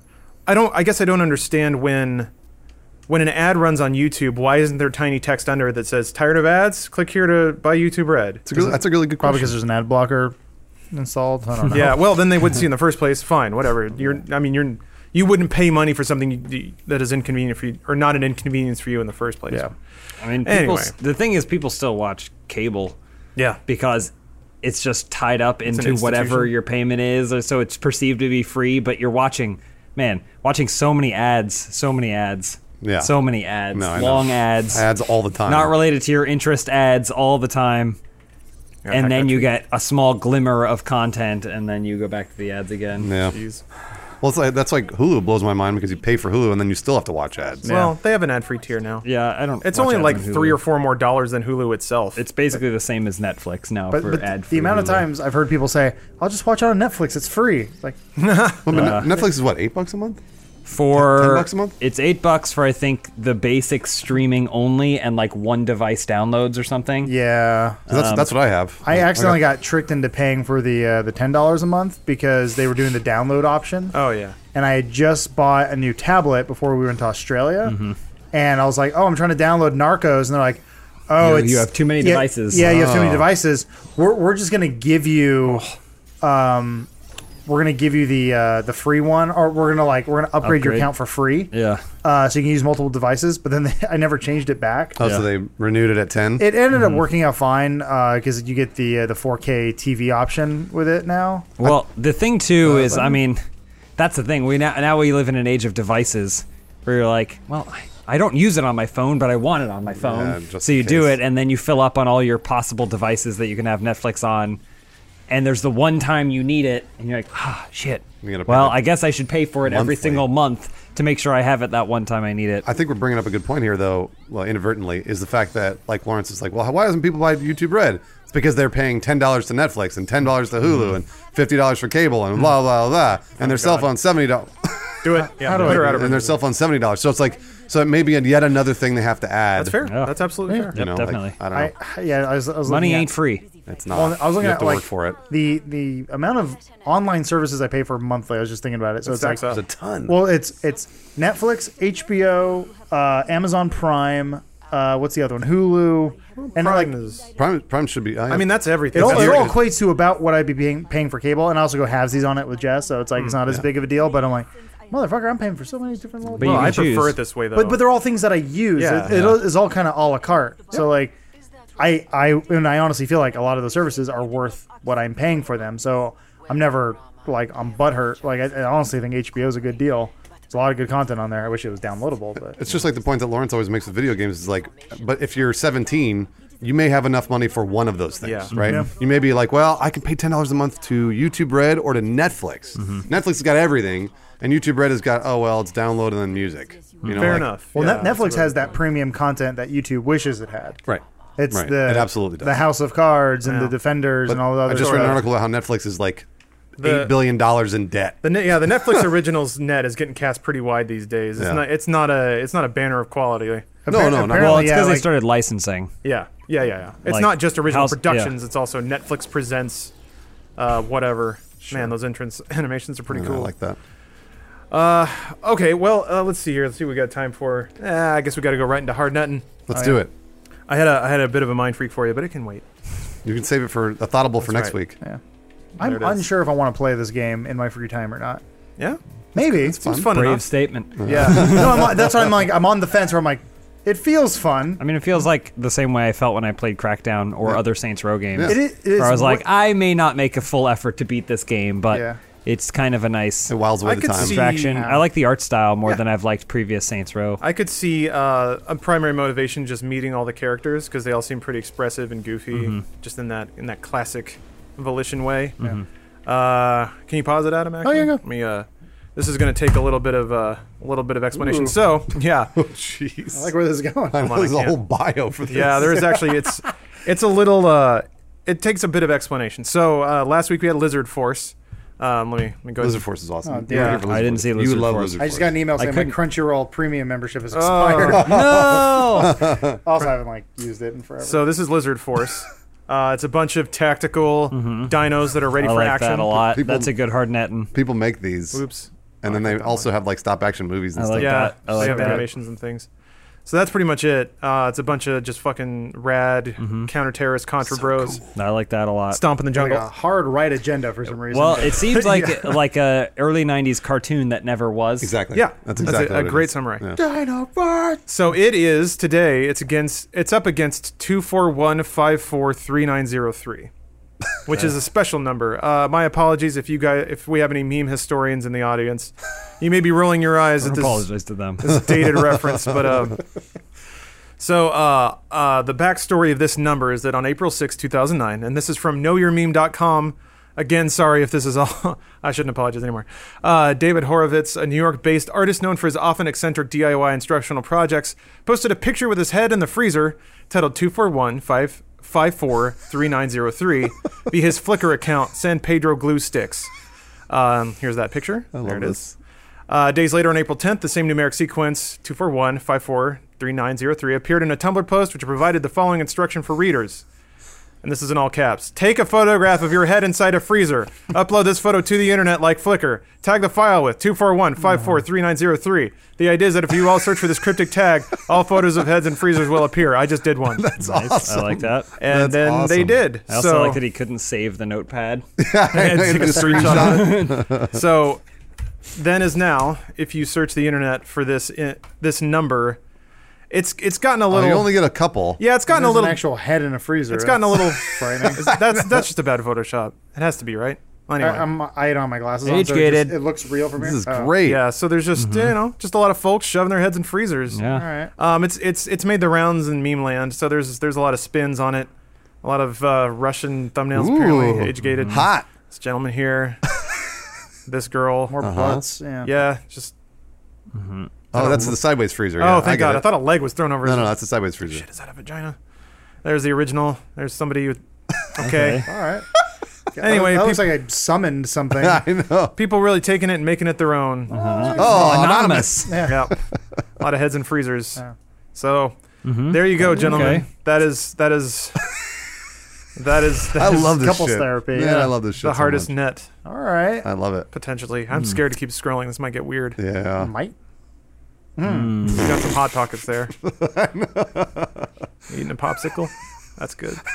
D: I don't I guess I don't understand when when an ad runs on YouTube, why isn't there tiny text under it that says "Tired of ads? Click here to buy YouTube Red."
A: It's a good, that's a really good
B: Probably
A: question.
B: because there's an ad blocker installed. I don't know.
D: Yeah, well, then they would see in the first place. Fine, whatever. You're I mean you're you wouldn't pay money for something you, that is inconvenient for you or not an inconvenience for you in the first place.
B: Yeah.
C: I mean, people,
D: Anyway.
C: the thing is, people still watch cable
D: yeah.
C: because it's just tied up
D: an
C: into whatever
D: institution.
C: your payment is, or so it's perceived to be free, but you're watching. Man, watching so many ads, so many ads,
A: Yeah.
C: so many ads,
A: No, I know.
C: long ads,
A: Ads all the time.
C: not related to your interest ads all the time.
D: Yeah,
C: and
D: hack
C: then
D: that
C: you
D: tweet.
C: get a small glimmer of content, and then you go back to the ads again.
A: Yeah.
D: Jeez.
A: Well, it's like, that's like Hulu blows my mind because you pay for Hulu and then you still have to watch ads.
D: Well, they have an ad-free tier now.
C: Yeah, I don't.
D: It's
C: watch
D: only
C: ads
D: like
C: on Hulu.
D: three or four more dollars than Hulu itself.
C: It's basically the same as Netflix now
B: But,
C: for
B: but
C: ad.
B: the amount of times I've heard people say, "I'll just watch it on Netflix. It's free." It's like
A: Well, but Ne- Netflix is what eight bucks a month?
C: for
A: 10 bucks a month?
C: It's eight bucks for I think the basic streaming only and like one device downloads or something.
B: yeah.
A: 'Cause That's that's what Um, I have.
B: I accidentally got tricked into paying for the uh, the ten dollars a month because they were doing the download option,
D: oh yeah.
B: and I had just bought a new tablet before we went to Australia,
C: Mm-hmm.
B: and I was like, "Oh, I'm trying to download Narcos," and they're like, "Oh,
C: You-
B: it's,
C: you have too many
B: yeah,
C: devices." Oh.
B: Yeah, you have too many devices. We're, we're just gonna give you,
C: Oh.
B: um, we're gonna give you the uh, the free one, or we're gonna like we're gonna upgrade, your
C: Upgrade.
B: account for free,
C: Yeah.
B: uh, so you can use multiple devices." But then they, I never changed it back.
A: Oh, so they renewed it at ten.
B: It ended
C: Mm-hmm.
B: up working out fine because you get the uh, the 4K TV option with it now.
C: Well, the thing too is, I mean, that's the thing. We now now we live in an age of devices where you're like, well, I, I don't use it on my phone, but I want it on my
A: Yeah,
C: phone.
A: just
C: so
A: in
C: you do
A: case.
C: it, and then you fill up on all your possible devices that you can have Netflix on. And there's the one time you need it, and you're like, ah, shit.
A: You gotta pay
C: Well,
A: it
C: I guess I should pay for it
A: monthly.
C: every single month to make sure I have it that one time I need it.
A: I think we're bringing up a good point here, though, well, inadvertently, is the fact that, like, Lawrence is like, well, why doesn't people buy YouTube Red? It's because they're paying $10 to Netflix and $10 to Hulu and $50 for cable and blah, blah, blah, and their cell phone $70.
D: Do it. Yeah.
B: how do
D: put
B: I
D: her
B: do
D: out of
A: and their
D: business.
A: cell phone $70. So it's like, so it may be yet another thing they have to add.
D: That's fair.
C: Yeah.
D: That's absolutely fair.
A: You know,
C: Yep,
A: like,
C: definitely.
A: I don't know.
D: uh,
B: I yeah, I was, I was
C: Money
B: looking
C: ain't
B: at,
C: free.
A: it's not.
B: Well, I was looking
A: you
B: at
A: have to
B: like
A: work for it.
B: the the amount of online services I pay for monthly. I was just thinking about it. So
D: That
B: it's
D: sucks
B: like,
D: up.
A: There's a ton.
B: well, it's it's Netflix, HBO, uh, Amazon Prime. Uh, what's the other one? Hulu, and like
D: Prime
B: it
D: is-
A: Prime, Prime should be. I,
D: I mean, that's everything.
B: all,
D: That's
B: it all
D: everything.
B: equates to about what I'd be paying, paying for cable, and I also go halvesies on it with Jess, so it's like it's
A: Hmm,
B: not as big of a deal. But I'm like, motherfucker, I'm paying for so many different little.
C: But you
D: Well, I
C: can choose.
D: prefer it this way though.
B: but but they're all things that I use.
D: Yeah.
B: it, it all- it's all kind of a la carte. So like, I I and I honestly feel like a lot of those services are worth what I'm paying for them. So I'm never like I'm butthurt. Like I, I honestly think HBO is a good deal. There's a lot of good content on there. I wish it was downloadable, but
A: It's just like the point that Lawrence always makes with video games is like, but if you're 17, you may have enough money for one of those things,
D: Yeah.
A: right? You may be like, well, I can pay ten dollars a month to YouTube Red or to Netflix.
C: Mm-hmm.
A: Netflix has got everything, and YouTube Red has got oh well, it's download and then music. You know,
D: fair
A: like-
D: enough.
B: well,
D: Yeah,
B: Net-
D: that's
B: Netflix
D: really-
B: has that premium content that YouTube wishes it had.
A: right?
B: It's
A: Right.
B: the
A: It absolutely does.
B: the House of Cards and the
D: Yeah.
B: Defenders and all the
A: I
B: other.
A: just read an
B: stuff.
A: article about how Netflix is like
D: The-
A: eight billion dollars in debt.
D: The net, yeah, the Netflix originals net is getting cast pretty wide these days. It's
A: Yeah.
D: not it's not a it's not a banner of quality.
A: No, no, no.
B: apparently-
C: Well, it's
B: yeah,
C: because
B: like-
C: they started licensing.
D: Yeah, yeah, yeah, yeah. It's
C: Like,
D: not just original
C: how's- yeah.
D: productions. It's also Netflix presents, uh, whatever. Man, those entrance animations are pretty
A: Mm, I
D: cool.
A: like that.
D: okay, well, uh, let's see here. Let's see what we got time for. Uh, I guess we got to go right into hard nutting.
A: Let's do it.
D: I had a I had a bit of a mind freak for you, but it can wait.
A: You can save it for a thoughtable for next
D: right.
A: week.
B: I'm
D: There it is.
B: unsure if I want to play this game in my free time or not.
D: Yeah,
B: Maybe
D: seems fun
C: Brave
D: enough.
C: statement.
D: Yeah,
B: no, I'm, that's why I'm like I'm on the fence where I'm like, it feels fun.
C: I mean, it feels like the same way I felt when I played Crackdown or other Saints Row games.
A: Yeah.
B: It is. It is
C: where I was like,
B: what-
C: I may not make a full effort to beat this game, but
B: Yeah.
C: it's kind of a nice
A: It wiles away
D: I
A: the
D: could
A: time.
D: see-
C: distraction.
B: Yeah.
C: I like the art style more than I've liked previous Saints Row.
D: I could see uh, a primary motivation just meeting all the characters because they all seem pretty expressive and goofy,
C: Mm-hmm.
D: just in that in that classic volition way.
C: Mm-hmm.
D: Uh, can you pause it, Adam? Actually?
A: Oh, yeah, go.
D: Let me. Uh, this is going to take a little bit of uh, a little bit of explanation. So yeah,
A: Jeez.
B: I like where this is going.
A: I know,
D: on, I
A: there's a
D: can't.
A: whole bio for this.
D: Yeah, there is actually it's it's a little uh it takes a bit of explanation. So uh, last week we had Lizard Force. Um, let me let me go.
A: Lizard Force is awesome.
B: Oh,
A: You
B: damn.
A: were here for
C: I
A: Lizard
C: didn't
A: Force.
C: see
A: You
C: Lizard
A: would love
C: Force.
A: Lizard
B: I just got an email
C: I
B: saying my
C: couldn't-
B: Crunchyroll premium membership is expired.
C: Oh,
B: also, I haven't like used it in forever.
D: So this is Lizard Force. uh, it's a bunch of tactical dinos that are ready
C: Mm-hmm. I
D: for
C: like
D: action.
C: that a lot.
A: People-
C: That's a good hard netting.
A: People make these.
D: Oops.
A: and then they also have like stop action movies and
C: I
A: stuff.
C: like
D: yeah,
C: that. I like
D: they have
C: that.
D: animations and things. So that's pretty much it. Uh, it's a bunch of just fucking rad
C: Mm-hmm.
D: counter terrorist contra bros
C: I like that a lot.
D: stomping the
B: like
D: jungle.
B: a hard right agenda for some reason.
C: Well,
B: but-
C: it seems like like a early '90s cartoon that never was.
A: Exactly.
D: Yeah,
A: that's
D: that's a-
A: exactly
D: a
A: what it
D: great
A: is.
D: summary.
A: Yeah.
D: So it is today. It's against. It's up against two four one five four three nine zero three. which is a special number. Uh, my apologies if you guys, if we have any meme historians in the audience, you may be rolling your eyes at
C: I
D: this
C: apologize to them.
D: this dated reference, but um, so uh, uh, the backstory of this number is that on April 6, 2009, and this is from knowyourmeme.com. Again, sorry if this is all. I shouldn't apologize anymore. Uh, David Horovitz, a New York based artist known for his often eccentric DIY instructional projects, posted a picture with his head in the freezer titled 241 be his Flickr account, San Pedro Glue Sticks. Um, here's that picture. there
A: love
D: it is.
A: this.
D: Uh, days later, on April 10th, the same numeric sequence, 241-543903, appeared in a Tumblr post which provided the following instruction for readers. And this is in all caps. Take a photograph of your head inside a freezer. Upload this photo to the internet like Flickr. Tag the file with 241-543903. The idea is that if you all search for this cryptic tag, all photos of heads in freezers will appear. I just did one.
A: It's
C: Nice.
A: awesome.
C: I like that.
D: and
A: That's
D: then they
A: awesome.
D: did.
C: I also
D: so,
C: like that he couldn't save the notepad.
D: and
A: I
D: take a
A: just
D: screenshot of it. so then is now if you search the internet for this i- this number it's it's gotten a
A: Oh,
D: little
A: you only get a couple.
D: yeah it's gotten a
B: There's
D: little
B: an actual head in a freezer.
D: it's gotten a
B: That's
D: little
B: frightening.
D: that's that's just a bad photoshop it has to be right Well, anyway
B: I, I'm, I had on my glasses. on, so it just-
C: Age-gated.
B: it looks real from
A: This
B: here.
A: is
B: Oh,
A: great.
D: yeah so there's just you know just a lot of folks shoving their heads in freezers
C: Yeah.
B: All right.
D: um it's it's it's made the rounds in meme land so there's there's a lot of spins on it a lot of uh, Russian thumbnails
A: Ooh.
D: apparently age gated
A: Hot.
D: this gentleman here this girl
B: More butts. Yeah.
D: yeah just
A: Oh, that's the sideways freezer.
D: Oh,
A: yeah,
D: thank
A: I get
D: God!
A: it.
D: I thought a leg was thrown over.
A: no,
D: his
A: no, that's the sideways freezer.
D: Shit, is that a vagina? There's the original. There's somebody with. Okay.
B: All right.
D: Anyway,
B: that looks
D: peop-
B: like I summoned something.
A: I know.
D: people really taking it and making it their own.
A: Oh,
C: Anonymous.
D: Yeah. a lot of heads in freezers.
B: Yeah.
D: So
A: Mm-hmm.
D: there you go, gentlemen.
C: Okay.
D: That is that is that is, that
A: I
D: is
A: love this
B: couples
A: shit.
B: therapy,
A: Man,
B: yeah.
A: I love this shit.
D: the
A: so
D: hardest
A: much.
D: net
B: All right.
A: I love it.
D: potentially. I'm scared to keep scrolling. This might get weird.
A: Yeah.
B: Might.
D: You got some hot pockets there. Eating a popsicle. That's good.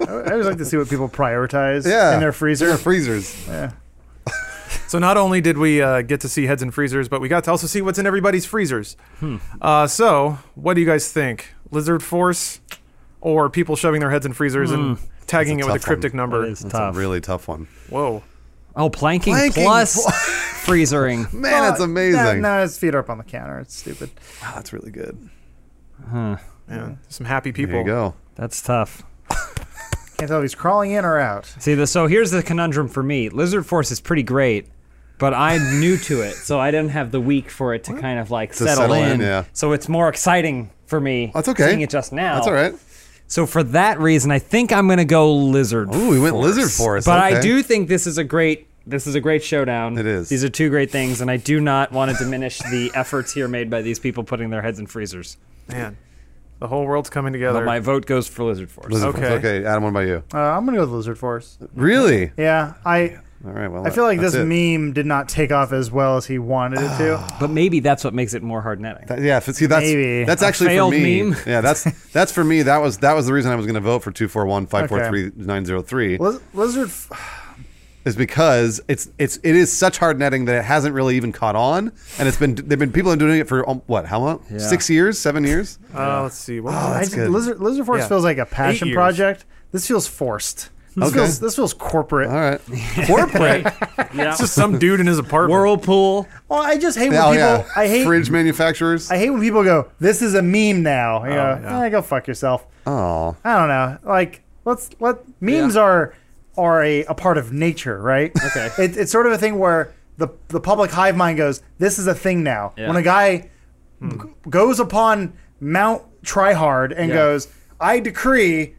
B: I I always like to see what people prioritize
A: Yeah.
B: in their
A: They're
B: freezer.
A: freezers.
D: So not only did we uh, get to see heads in freezers, but we got to also see what's in everybody's freezers.
C: Hmm.
D: Uh, so what do you guys think? Lizard force, or people shoving their heads in freezers and tagging it
A: That's a
D: with a
A: tough
D: cryptic
A: one.
D: number?
C: Hmm. That is
A: That's
C: tough.
A: a really tough one.
D: Whoa!
C: oh, planking,
A: Planking
C: plus
A: pl-
C: freezering.
A: Man, that's
B: Oh,
A: amazing.
B: No, no, his feet are up on the counter. It's stupid.
A: Wow, that's really good.
D: Man, some happy
A: There
D: people.
A: you go.
C: That's tough.
B: Can't tell if he's crawling in or out.
C: See, the, so here's the conundrum for me. Lizard Force is pretty great, but I'm new to it, so I didn't have the week for it to kind of like settle,
A: settle
C: in.
A: in, yeah.
C: So it's more exciting for me.
A: That's okay.
C: Seeing it just now.
A: That's all right.
C: So for that reason, I think I'm gonna go Lizard.
A: Ooh, we went Lizard Force,
C: But I
A: okay.
C: do think this is a great. This is a great showdown.
A: It is.
C: These are two great things, and I do not want to diminish the efforts here made by these people putting their heads in freezers.
D: Man, the whole world's coming
C: But
D: together.
C: my vote goes for Lizard Force.
A: Lizard
D: Okay.
A: Force. Okay, Adam, what about you?
B: Uh, I'm gonna go with lizard force.
A: Really?
B: Yeah, I
A: All right. Well,
B: I feel like
A: that's
B: this
A: it.
B: meme did not take off as well as he wanted it to.
C: But maybe that's what makes it more hard netting.
A: That- Uh, yeah, f- see that's
B: Maybe.
A: that's
C: A
A: actually for
C: failed
A: me.
C: meme?
A: Yeah, that's that's for me. That was that was the reason I was going to vote for two four one five four three nine zero three
B: Liz- Lizard, f-
A: is because it's it's it is such hard netting that it hasn't really even caught on, and it's been there've been people have been doing it for um, what how long
C: Yeah.
A: six years seven years
D: uh, let's see. What
B: I
A: that's
B: just-
A: good.
B: lizard, lizard force
D: Yeah.
B: feels like a
D: Eight
B: passion
D: years.
B: project. This feels forced. This
A: Okay.
B: feels this feels corporate.
A: all right corporate
C: Yeah.
D: It's just some dude in his apartment.
C: Whirlpool.
B: Well, I just hate when
A: oh
B: people.
A: yeah
B: I hate
A: fridge manufacturers
B: I hate when people go. This is a meme now. You know,
D: yeah.
B: "Eh, go fuck yourself.
A: oh
B: I don't know. Like, let's let memes are are a, a part of nature, right?
C: Okay.
B: It, it's sort of a thing where the the public hive mind goes, "This is a thing now."
C: Yeah.
B: When a guy g- goes upon Mount Tryhard and
C: Yeah.
B: goes, "I decree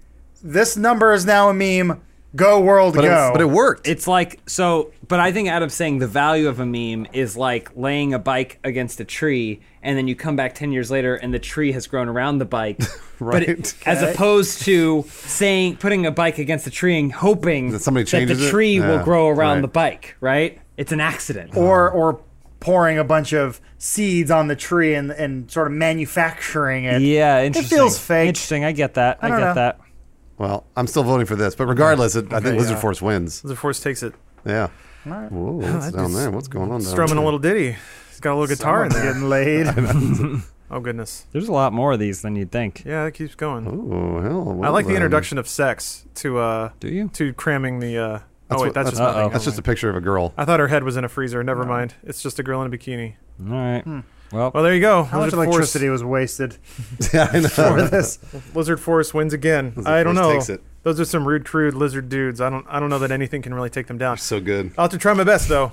B: this number is now a meme. Go world,
A: but
B: go!"
A: it, but it worked
C: It's like so, but I think Adam's saying the value of a meme is like laying a bike against a tree, and then you come back ten years later, and the tree has grown around the bike. But
A: Right.
C: it, as opposed to saying putting a bike against a tree and hoping
A: That somebody changes
C: the
A: it?
C: tree
A: Yeah,
C: will grow around
A: right.
C: the bike. Right? It's an accident.
B: or or pouring a bunch of seeds on the tree and and sort of manufacturing it.
C: yeah, interesting.
B: It feels fake.
C: Interesting. I get that. I,
B: don't
C: get
B: know.
C: that.
A: well I'm still voting for this but regardless it, I think Lizard
D: yeah.
A: Force wins
D: Lizard force takes it.
A: yeah whoa what's down there what's going on down
D: Strumming
A: there?
D: a little ditty. He's got a little guitar in there.
B: Getting laid.
D: I Oh goodness.
C: There's a lot more of these than you'd think.
D: Yeah, it keeps going.
A: Oh hell!
D: I
A: well
D: like the
A: then.
D: introduction of sex to uh
C: Do you?
D: to cramming the uh
A: That's
D: Oh wait,
A: what-
D: that's,
A: that's-
D: just nothing.
C: uh-oh.
A: That's just a picture of a girl.
D: I thought her head was in a freezer. Never mind. It's just a girl in a bikini.
C: All right. Well,
D: Well, there you go.
B: How much
D: Lizard
B: electricity was wasted
A: yeah, I know.
B: for this?
D: Force, Lizard Force wins again. I
A: Force
D: don't know.
A: takes it.
D: Those are some rude, crude lizard dudes. I don't. I don't know that anything can really take them down.
A: So good.
D: I'll have to try my best though.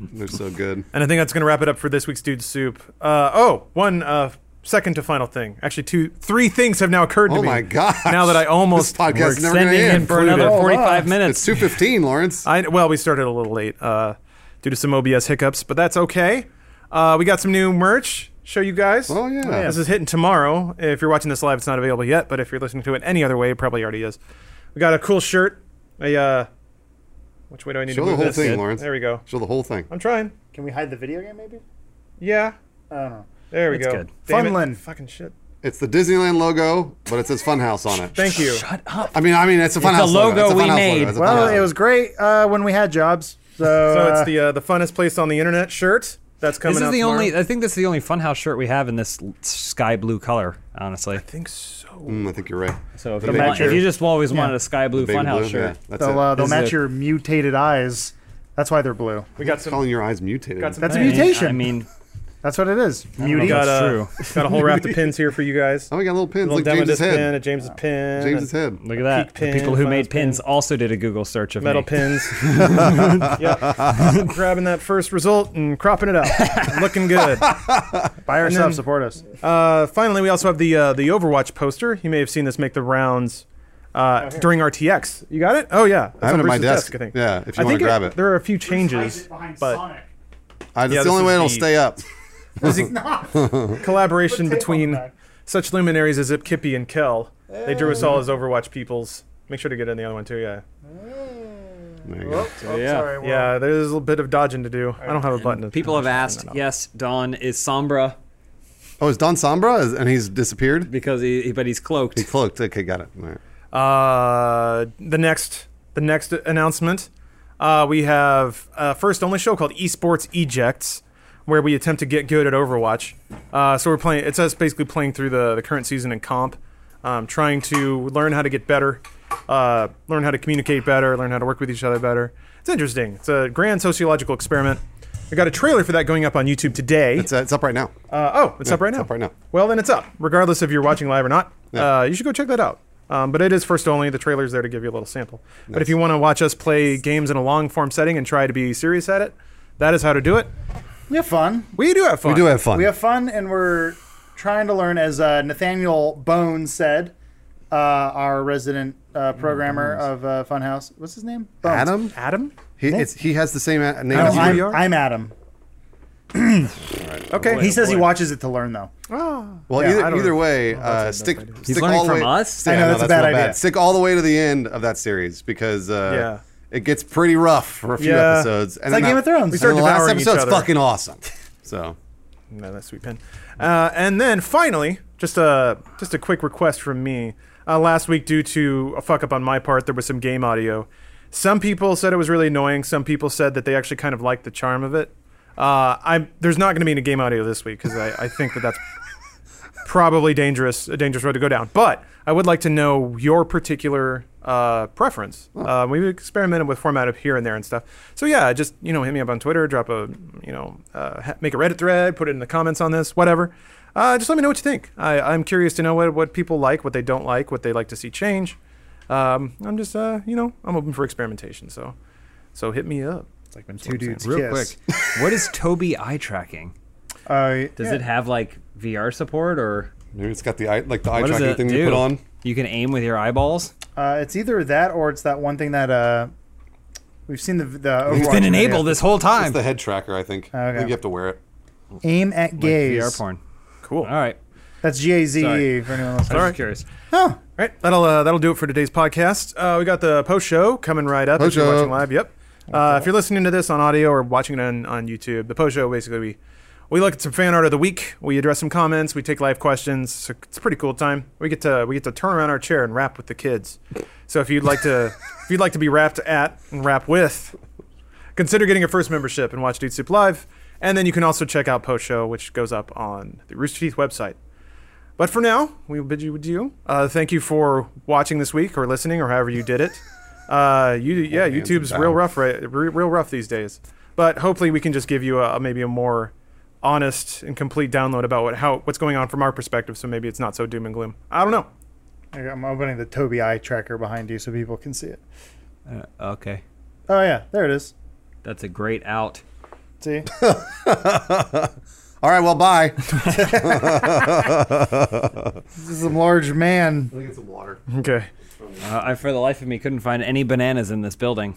A: They're so good.
D: And I think that's going to wrap it up for this week's Dude Soup. Uh, oh, one uh, second to final thing. Actually, two, three things have now occurred to
A: Oh
D: me.
A: my gosh.
D: Now that I almost
A: This podcast
D: we're
A: is never gonna
C: sending in
A: end.
C: for another
D: Included.
C: 45
A: It's
C: minutes.
A: two fifteen, Lawrence.
D: I well, we started a little late uh, due to some OBS hiccups, but that's okay. Uh, we got some new merch. Show you guys.
A: Oh, yeah. Oh, yeah.
D: This is hitting tomorrow. If you're watching this live, it's not available yet. But if you're listening to it any other way, it probably already is. We got a cool shirt. A uh, which way do I need
A: Show
D: to
A: the
D: move
A: whole
D: this?
A: thing, Lawrence.
D: There we go.
A: Show the whole thing.
D: I'm trying.
B: Can we hide the video game maybe?
D: Yeah.
B: I don't know.
D: There we
C: That's
D: go.
C: good.
D: Damn it.
B: Funland.
D: Fucking shit.
A: It's the Disneyland logo, but it says Funhouse on it.
D: Thank you.
A: I mean, I mean, it's a Funhouse
C: logo
A: It's a
C: we
A: Funhouse
C: made.
A: Logo. It's a
B: Well,
A: Funhouse
B: it was great uh, when we had jobs. So,
D: So
B: uh,
D: it's the uh, the funnest place on the internet shirt that's coming.
C: This is
D: out
C: the
D: tomorrow.
C: only. I think this is the only Funhouse shirt we have in this l- sky blue color. Honestly,
D: I think so.
A: logo. Mm, I think you're right.
C: so if,
A: The
C: you, want,
A: big
C: if you
A: shirt.
C: just always wanted
B: Yeah.
C: a sky blue
A: Baby
C: Funhouse
A: blue,
C: shirt,
A: yeah, that's
B: they'll, uh,
A: it.
B: they'll
C: Is
B: match
C: it-
B: your mutated eyes. That's why they're blue.
D: We got some.
A: Calling your eyes mutated.
D: Got some
B: That's a
D: Hey,
B: mutation.
C: I mean,
B: that's what it is. Muty.
D: We got,
C: That's
D: uh,
C: true.
D: got a whole raft of pins here for you guys.
A: oh, we got little pins.
D: little
A: Look,
D: demo
A: James's
D: disc pin,
A: head.
D: a James's pin,
A: James's
D: a
A: head.
C: look at that.
D: Peak
C: the people
D: pin,
C: who made
D: Funhouse pin.
C: pins also did a Google search of
D: metal
C: me.
D: pins. yep. Grabbing that first result and cropping it up. Looking good.
B: Buy our
D: and
B: stuff,
D: then-
B: support us.
D: Uh, finally, we also have the uh, the Overwatch poster. You may have seen this make the rounds uh, during RTX. You got it? Oh yeah, It's
A: I have
D: on
A: it at my
D: Bruce's
A: desk.
D: I think.
A: Yeah, if
D: I
A: you want
D: think
A: to grab it.
D: There are a few changes, but
A: I, that's
D: Yeah,
A: the
D: this
A: only way
D: is
A: it'll
D: the-
A: stay up.
D: There's a collaboration between such luminaries as Ipkippy and Kel. They drew us all as Overwatch peoples. Make sure to get in the other one too, yeah.
A: There you
D: Oh.
A: go.
C: yeah. sorry,
D: yeah, there's a little bit of dodging to do. I don't have a button. To
C: People have asked. Yes, Don is Sombra
A: Oh, is Don Sombra? Is- And he's disappeared?
C: because he, he- but he's cloaked.
A: He cloaked. Okay, got it. All right.
D: Uh, the next, the next announcement, uh, we have uh, first only show called Esports Ejects, where we attempt to get good at Overwatch. Uh, so we're playing. It's us basically playing through the the current season in comp, um, trying to learn how to get better, uh, learn how to communicate better, learn how to work with each other better. It's interesting. It's a grand sociological experiment. I got a trailer for that going up on YouTube today.
A: It's, uh, it's up right now.
D: Uh, oh, it's up right
A: it's
D: now.
A: up right now.
D: Well, then it's up, regardless if you're watching live or not.
A: Yeah.
D: Uh, you should go check that out. Um, but it is first only. The trailer's there to give you a little sample. But if you want to watch us play games in a long form setting and try to be serious at it, that is how to do it.
B: We have fun.
D: We do have fun.
A: We do have fun.
B: We have fun, and we're trying to learn, as uh, Nathaniel Bones said, uh, our resident uh, programmer of uh, Funhouse. What's his name? Bones.
A: Adam?
D: Adam.
A: He, it's, he has the same a- name
B: No,
A: as
B: I'm,
A: you.
D: are?
B: I'm Adam.
D: Okay. Ah.
B: He
D: He's
B: says he watches it to learn, though.
A: Well,
B: Yeah, I
A: either,
B: don't
A: either
D: know.
A: way, uh, stick.
C: He's
A: stick
C: learning
A: all the
C: from
A: way-
C: us?
A: Yeah,
B: I know, that's a bad
A: not
B: idea.
A: Stick all the way to the end of that series because uh,
D: Yeah.
A: it gets pretty rough for a few
D: Yeah.
A: episodes. And
B: like
A: then
B: Game
A: that-
B: of Thrones. We
A: and
D: start
A: the last
D: devouring each
A: episode's
D: other.
A: fucking awesome. So
D: no, that's sweet pen. Uh, and then finally, just a just a quick request from me. Uh, last week, due to a fuck up on my part, there was some game audio. Some people said it was really annoying. Some people said that they actually kind of liked the charm of it. Uh, I'm there's not going to be any game audio this week because I, I think that that's probably dangerous a dangerous road to go down. But I would like to know your particular uh, preference. Uh, we've experimented with format up here and there and stuff. So yeah, just you know, hit me up on Twitter, drop a you know, uh, ha- make a Reddit thread, put it in the comments on this, whatever. Uh, just let me know what you think. I, I'm curious to know what, what people like, what they don't like, what they like to see change. Um, I'm just uh, you know, I'm open for experimentation. So so hit me up.
B: It's like when two dudes
C: Real
B: kiss.
C: quick, what is Toby eye tracking?
B: Uh,
C: Does
B: yeah.
C: it have like VR support or
A: maybe it's got the eye, like the eye
C: what does
A: tracking thing
C: it do?
A: you put on.
C: You can aim with your eyeballs.
B: Uh, it's either that or it's that one thing that uh, we've seen the the. Overwatch
C: It's been
B: video.
C: enabled this whole
A: It's
C: time.
A: the head tracker, I think. I
B: Okay.
A: think you have to wear it.
B: Aim at gaze.
C: VR porn.
D: Cool.
C: All right.
B: That's G A Z E
C: Sorry.
B: for anyone listening.
C: I was
D: right.
C: just curious.
D: All right, that'll uh, that'll do it for today's podcast. Uh, we got the post show coming right up. If you're
A: Post-show.
D: watching live, yep. Uh, if you're listening to this on audio or watching it on, on YouTube, the post show basically we we look at some fan art of the week. We address some comments. We take live questions. So it's a pretty cool time. We get to we get to turn around our chair and rap with the kids. So if you'd like to if you'd like to be rapped at and rap with, consider getting a first membership and watch Dude Soup live. And then you can also check out Post Show, which goes up on the Rooster Teeth website. But for now, we bid you adieu. Uh, thank you for watching this week or listening or however you did it. Uh, you, yeah,
A: hands
D: YouTube's
A: and
D: real
A: bow.
D: rough, right, re- real rough these days. But hopefully, we can just give you a, maybe a more honest and complete download about what how what's going on from our perspective. So maybe it's not so doom and gloom. I don't know.
B: I'm opening the Toby eye tracker behind you so people can see it.
C: Uh, okay.
B: Oh yeah, there it is.
C: That's a great out.
B: See,
A: All right, well, bye.
B: this is a large man.
A: Let me get some water.
D: Okay.
C: Uh, I, for the life of me, couldn't find any bananas in this building.